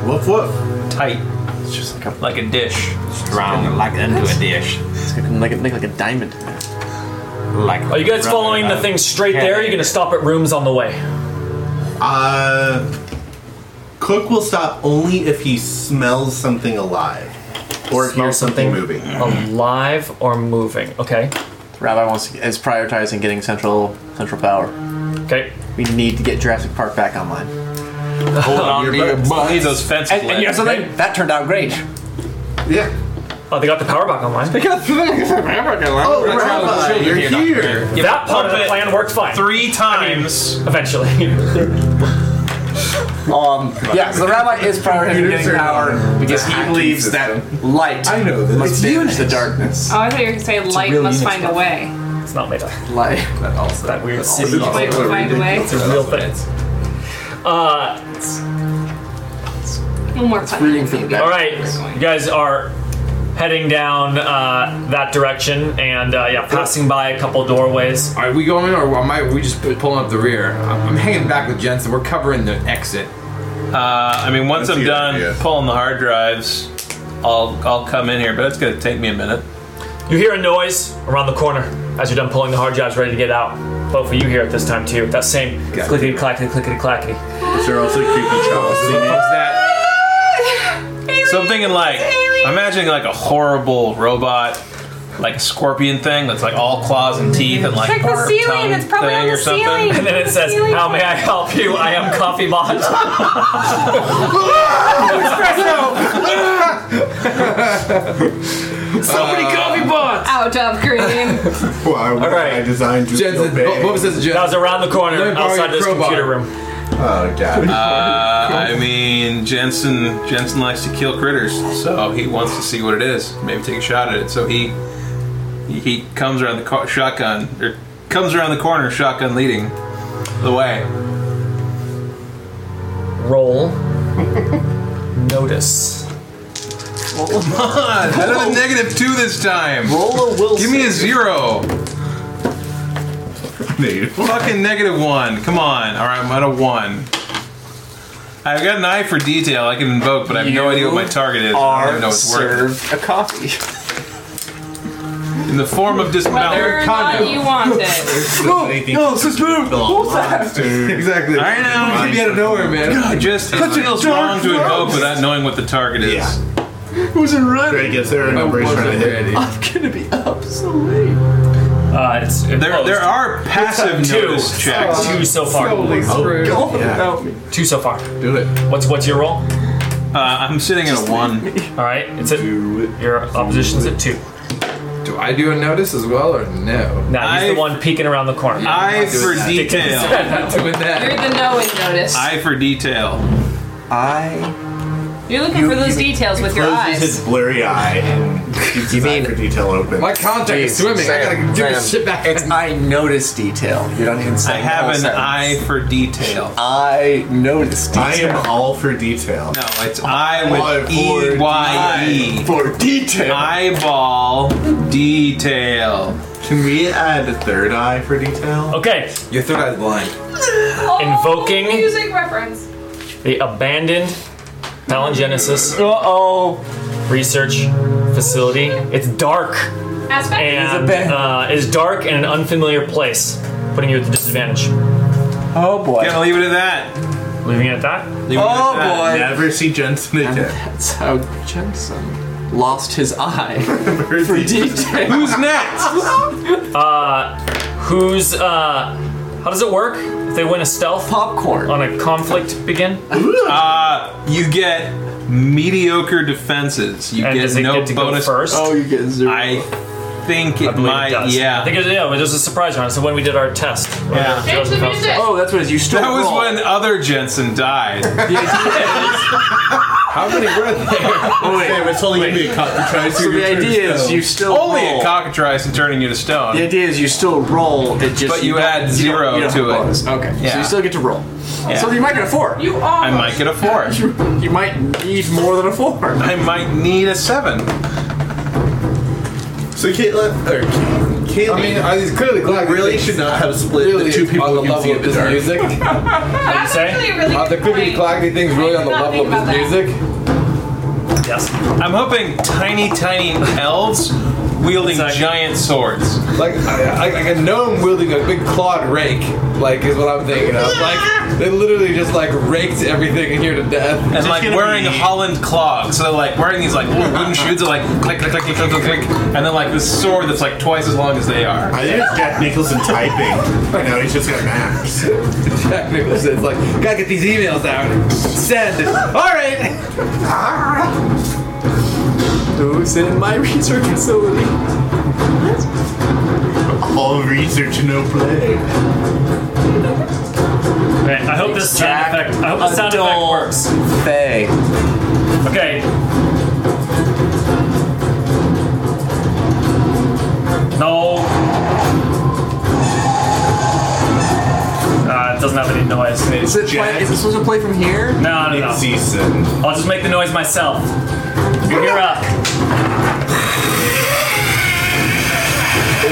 Woof woof.
Tight.
It's just like a
Like a dish.
Drown like into a dish.
it's like a, like, like a diamond.
Like
Are you guys following
uh,
the thing straight there? Or are you gonna stop at rooms on the way?
Uh, Cook will stop only if he smells something alive or
Smell
hears something moving.
Alive or moving? Okay.
Rabbi wants to, is prioritizing getting central central power.
Okay.
We need to get Jurassic Park back online.
Hold on to your
butts.
Need those fence
And, and you know
flares.
something that turned out great.
Yeah.
Oh, they got the power back online.
Oh,
Oh,
Rabbi, you're here.
that part of the uh, plan worked fine.
Three times.
Eventually.
Um, yeah, so the rabbi is prior to
Computers
getting
are
power because he
hacking
believes
system.
that light
I know this.
must
It's
damage the
Unix.
darkness.
Oh, I thought you were gonna say light
real
must
Unix
find a way.
it's not made up.
Light.
That also.
That weird city.
Light must find a way.
It's a real thing. Uh,
One more time.
reading for the
all
bad.
right, you guys are heading down uh, that direction, and uh, yeah, passing by a couple doorways.
Are we going or am I, we just pulling up the rear? I'm, I'm hanging back with Jensen. We're covering the exit.
Uh, I mean, once
That's
I'm
your
done
idea.
pulling the hard drives, I'll I'll come in here, but it's gonna take me a minute.
You hear a noise around the corner as you're done pulling the hard drives, ready to get out. Both of you hear it this time too. That same clickety clackety clickety clackety.
They're also creepy chops.
Is that something in like? I'm imagining like a horrible robot, like a scorpion thing that's like all claws and teeth and like
Check the
barbed
ceiling.
tongue
It's probably
thing
on the
or something.
ceiling.
And then it says,
Ceiling
"How
fan.
may I help you? I am Coffee Bond."
So many
Uh,
coffee pots.
Out of green.
Well, I, All
right.
I designed you to
Jensen,
obey.
what, what was this,
That
Jensen?
was around the corner
Let me borrow
outside
your
this
crowbar.
computer room.
Oh, God.
Uh, I mean, Jensen Jensen likes to kill critters, so he wants to see what it is. Maybe take a shot at it. So he he comes around the co- shotgun or comes around the corner, shotgun leading the way.
Roll. Notice.
Ah, out of the negative two this time.
Roll a will.
Give me a zero.
Negative.
Fucking negative one. Come on. All right, I'm at a one. I've got an eye for detail. I can invoke, but I have no idea what my target is. I don't even know what's worth.
served a coffee.
In the form of
Whether
dismount.
or not you want it.
No, this move.
Exactly.
I know.
Could be out of nowhere, man.
I just it feels wrong to invoke without knowing what the target is.
Yeah.
Who's in red?
Greg gets there and
I
everybody's trying to
wasn't
hit.
ready.
I'm gonna be up so late.
Uh, it's, it's
There, there are passive
two.
notice checks.
Two so far.
Go on
Yeah.
without me.
Two so far.
Do it.
What's what's your roll?
Uh, I'm sitting at a one.
All right, it's at your opposition's at two.
Do I do a notice as well or no?
Now he's
I-
the one peeking around the corner.
Eye for
Dick
detail.
said that.
Doing
You're
that.
the no and notice.
Eye for detail.
I.
You're looking for those details with your
Closes
eyes.
his blurry eye and keeps his eye
mean-
for detail open.
My contact is swimming. I gotta give this shit back.
It's I notice detail. You don't even say
I
the whole
have an
sentence.
eye for detail.
I notice detail.
I am all for detail.
No, it's eye
Eye
with
for
E Y E.
For detail.
Eyeball detail.
Can we add a third eye for detail?
Okay,
Your third eye's blind.
Oh,
Invoking.
Music reference.
the abandoned palingenesis
Uh oh.
research facility. It's dark
Aspect.
and uh, is dark in an unfamiliar place, putting you at the disadvantage.
Oh boy.
Gonna leave it at that.
Leaving it at that.
Leave it
Oh,
at that.
boy.
Never see Jensen again.
That's how Jensen lost his eye for detail.
Who's next?
Who's uh? How does it work? If they win a stealth
Popcorn.
on a conflict begin.
Uh, you get mediocre defenses. You
And
get
does it
no
get to
bonus.
go first?
Oh, you get zero.
I think it
I believe
might.
it does.
Yeah.
I think it, yeah, but there's a surprise round. So when we did our test,
Yeah.
Change the music.
oh, that's what it is. You still
That was
roll.
when other Jensen died.
How many were there?
Oh, wait.
It's only gonna be a cut to try to
So the idea is you still
Only
roll.
a cockatrice and turning you to
The
stone.
idea is you still roll. It just
But you
don't-
add
don't-
zero
you don't
to
have
it.
bonus. Okay, so
Yeah.
you still get to roll. So you might get a four. You,
You all.
I might get a four.
you might need more than a four.
I might need a seven.
So Caitlin, or Caitlin,
I mean, are these clearly
we really should not have split the two people
on the Uh,
who can
level
see in
of
the
this
dark.
music?
That's
say?
actually a really
Uh,
Are the
good
clickety
point.
clackety things really on the
Nothing
level
about
of this
that.
music?
Yes.
I'm hoping tiny, tiny elves wielding
Exactly.
giant swords.
Like, I, I, like a gnome wielding a big clawed rake, like, is what I'm thinking of. Like, they literally just, like, raked everything in here to death.
And like
gonna
wearing
be-
Holland clogs. So like wearing these like little wooden shoes that like click, click, click, click, click, click, click. And then like this sword that's like twice as long as they are.
I think it's Jack Nicholson typing. I know he's just got maps.
Jack Nicholson, it's like, gotta get these emails out. Send. Alright!
who's in my research facility.
All research, no play.
Okay, I hope this sound
Jack
effect. I hope the sound effect
Adult
works.
Fay.
Okay. No. Uh, it doesn't have any noise.
Is it, play, is it supposed to play from here?
No, no,
Nick
no.
Season.
I'll just make the noise myself. You're up.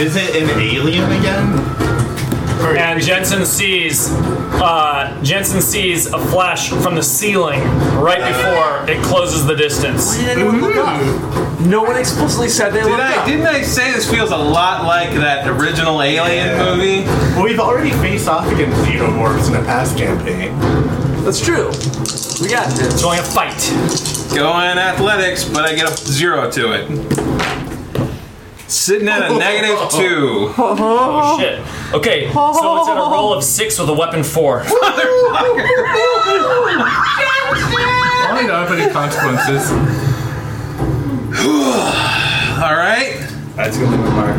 Is it an alien again?
And Jensen sees, uh, Jensen sees a flash from the ceiling right before it closes the distance.
No one explicitly said they
Did
looked
I,
up.
didn't I say this feels a lot like that original Alien movie?
Well, we've already faced off against xenomorphs in a past campaign.
That's true. We got this.
Going a fight.
Going athletics, but I get a zero to it. Sitting at a negative two.
Oh shit. Okay, so it's at a roll of six with a weapon four.
I don't know if any consequences.
All right.
That's gonna leave a mark.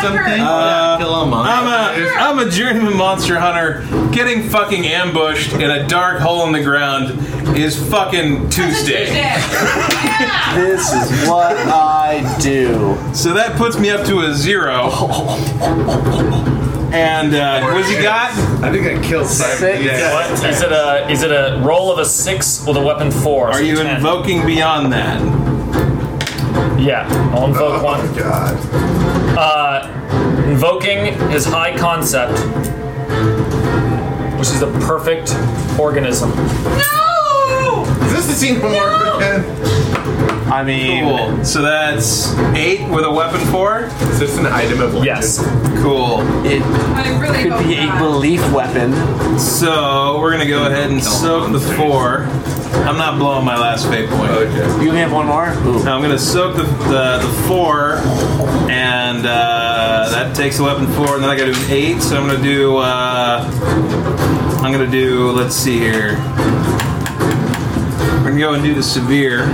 Something.
Uh, Hello, mom.
I'm a I'm a journeyman monster hunter. Getting fucking ambushed in a dark hole in the ground is fucking Tuesday.
This is what I do.
So that puts me up to a zero. And uh, what's he got?
I think I killed Simon.
Six.
Yeah.
What? Is it a is it a roll of a six with a weapon four?
Are
So
you
ten.
invoking beyond that?
Yeah, I'll invoke one.
Oh, God.
Uh, invoking his high concept, which is the perfect organism.
Is this the xenomorph again?
I mean,
Cool. So that's eight with a weapon four.
Is this an item of legend?
Yes.
Cool.
it
I really
could
hope
be a
not.
relief weapon.
So we're gonna go ahead and soak the four. I'm not blowing my last fate point.
You only have one more? Ooh.
Now I'm gonna soak the the, the four, and uh, that takes the weapon four, and then I gotta do an eight. So I'm gonna do uh, I'm gonna do let's see here. We're gonna go and do the severe.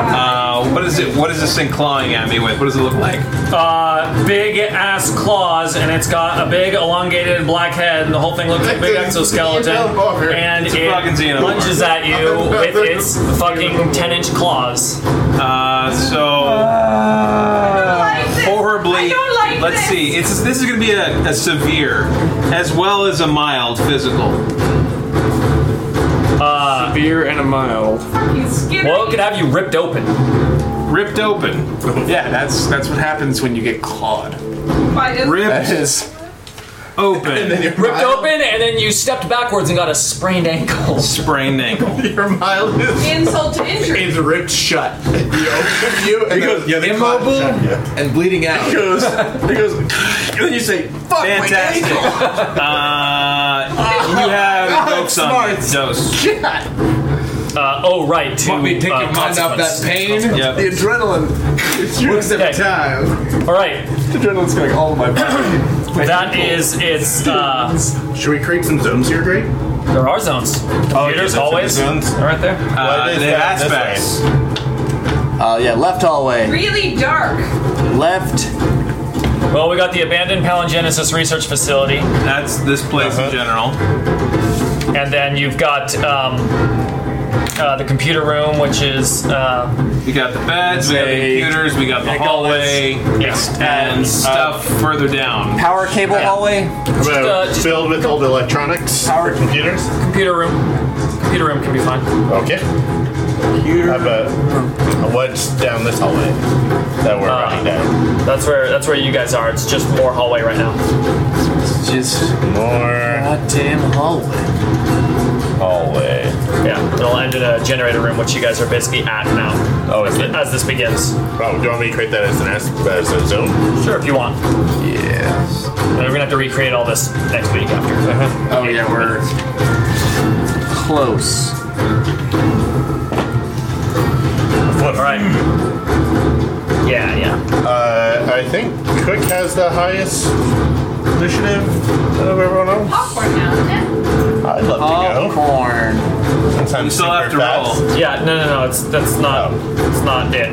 Uh, what is it? What is this thing clawing at me with? What does it look like?
Uh, big ass claws, and it's got a big elongated black head, and the whole thing looks like a big exoskeleton. And
It's a
it
fucking xenomorph.
lunges at you with its fucking 10 inch claws.
Uh, so
like this.
horribly.
I don't like
let's
this.
see. It's this is going to be a, a severe as well as a mild physical.
A beer and a mild.
Fucking skinny.
Well, it could have you ripped open.
Ripped open.
Yeah, that's that's what happens when you get clawed.
By this-
Ripped
That is.
open.
Ripped open, and then you stepped backwards and got a sprained ankle.
Sprained ankle.
Your mild is,
insult to injury.
is ripped shut. You open you and goes, the,
immobile
Yeah.
and bleeding out.
goes, he goes, and then you say, fuck
Fantastic. Uh, you have folks on dose.
Uh, oh, right. To,
Want me to take
uh,
your mind off that
consequence.
pain?
Yep.
The adrenaline.
Looks
Okay.
time.
All right.
The adrenaline's going all in my body.
That is its. Uh,
Should we create some zones here, Greg? Oh,
there are zones. Computers, hallways.
zones.
They're right there.
Uh,
is
they have
that this
aspects.
Uh, yeah, left hallway.
Really dark.
Left.
Well, we got the abandoned Palingenesis Research Facility,
That's this place in
Uh-huh.
general.
and then you've got um, uh, the computer room, which is uh,
We got the beds, we got the
They-
computers, we got the
they call
hallway,
yes,
and
uh,
stuff further down.
Power cable hallway.
Just,
uh, just-
filled with old electronics,
Power-
computers.
computer room. Computer room can be fine.
Okay. How about what's down this hallway that we're
Uh,
running down?
That's where that's where you guys are. It's just more hallway right now.
Just
More
goddamn hallway.
hallway.
Yeah, it'll end in a generator room, which you guys are basically at now.
Oh,
as,
is it?
as this begins.
Oh, do you want me to create that as an as, as a zone?
Sure, if you want. And we're gonna have to recreate all this next week after.
Oh yeah, we're
Close.
All right. Yeah, yeah.
Uh, I think Quick has the highest initiative out of everyone else.
Popcorn now.
Oh.
I'd love to go.
Popcorn.
That
time
You still have
secret
to
pass.
roll.
Yeah, no, no, no. It's that's not. It's not it.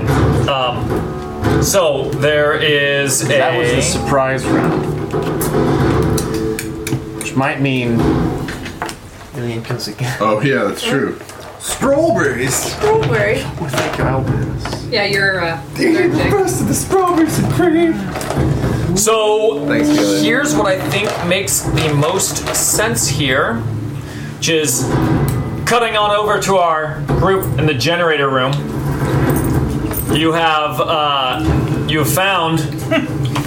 Um, so there is a.
That was the surprise round. Which might mean. Alien comes again.
Oh yeah, that's true.
Strawberries.
Don't worry.
What if I go with
Yeah, you're uh, third pick.
of the strawberries and cream.
so
Thanks, Caleb.
here's what I think makes the most sense here, which is cutting on over to our group in the generator room. You have uh, you have found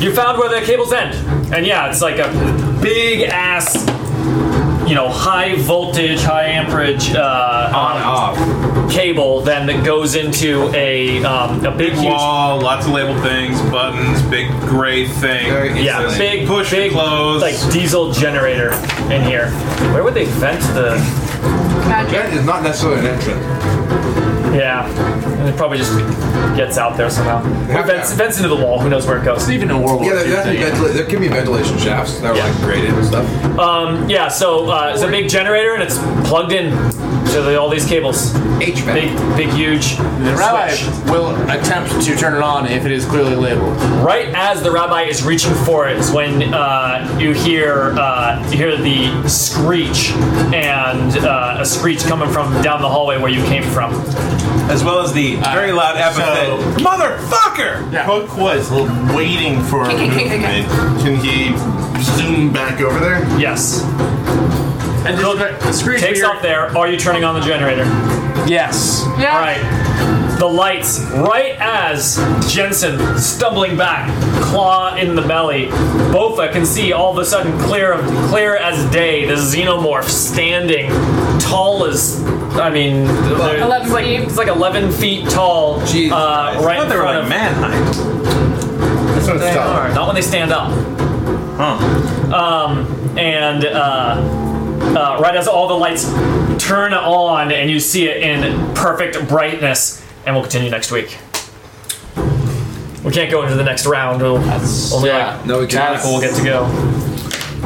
you found where the cables end, and yeah, it's like a big ass, you know, high voltage, high amperage uh, on
off.
cable then that goes into a um, a big huge
Wall, lots of labeled things, buttons, big gray thing.
Very
yeah
Like,
big
push
big
close.
like diesel generator in here. Where would they vent the
That is not necessarily an entrance.
yeah? And it probably just gets out there somehow. Or
Yeah.
vents, vents into the wall. Who knows where it goes?
Even in World
Yeah,
War
there,
II,
there,
thing.
ventila- there can be ventilation shafts that are
Yeah.
like graded and stuff.
Um, yeah. So uh, it's a big generator and it's plugged in to the, all these cables.
HVAC.
Big big huge
The rabbi
switch.
will attempt to turn it on if it is clearly labeled.
Right as the rabbi is reaching for it is when uh, you hear uh, you hear the screech and uh, a screech coming from down the hallway where you came from.
as well as the
uh,
very loud epithet.
Motherfucker! Hook was waiting for a
Okay, okay,
movement.
okay, okay.
Can he zoom back over there?
Yes,
And just screech
takes
your-
off there. Are you turning on the generator?
Yes.
Yeah.
All right. The lights. Right as Jensen stumbling back, claw in the belly, Bofa can see all of a sudden clear of clear as day the xenomorph standing, tall as I mean, they're-
11
it's like
feet.
it's like 11 feet tall.
Jesus
uh,
Christ.
I
right
thought
in
they were
front
like
of
Manheim.
That's what it's tough.
Not when they stand up. Um,
Huh.
and uh, uh, right as all the lights turn on and you see it in perfect brightness and we'll continue next week we can't go into the next round we'll, only
yeah.
like
No, we
ten
can't.
people will get to go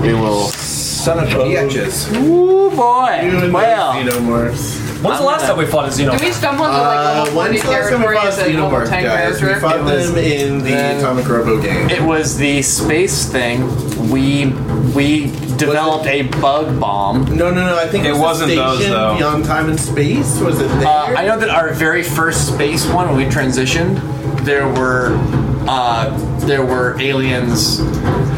We will.
Son of bitches.
Ooh
You
boy.
and
Well.
the xenomorphs.
when's the last time we fought a
Did
xenomorph
we stumble into like
Uh,
almost
when's
bloody
the last time we
territory
fought
as a normal
xenomorphs,
tank
guys? We
character?
fought them in the Atomic Robo game.
It was the space thing. We we developed a bug bomb.
No, no, no. I think
It
it, was
wasn't
the
those,
station
though.
Beyond time and space was it there?
Uh, I know that our very first space one, when we transitioned, there were uh, there were aliens.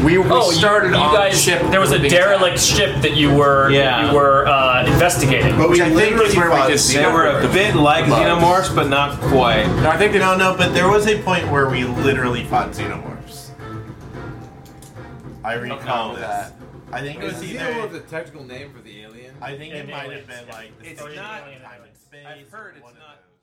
We, we
Oh, you-
started
you,
on
guys,
a ship.
There was a
being
derelict ship that you were
Yeah.
you were uh, investigating.
but
which
we
I think is
literally
where we
fought
did
the
see
They were a
xenomorphs.
bit like
Bugs.
xenomorphs, but not quite.
attacked. No, I think that-
No, no, but there was a point where we literally fought xenomorphs. I recall
know
this.
that.
I think it was
Xenomorph
either.
the technical name for the alien?
I think it
An
might
alien,
have been
yeah.
like the
It's
station
not-
Beyond time and space.
I've heard
or
it's
one of
not-
those.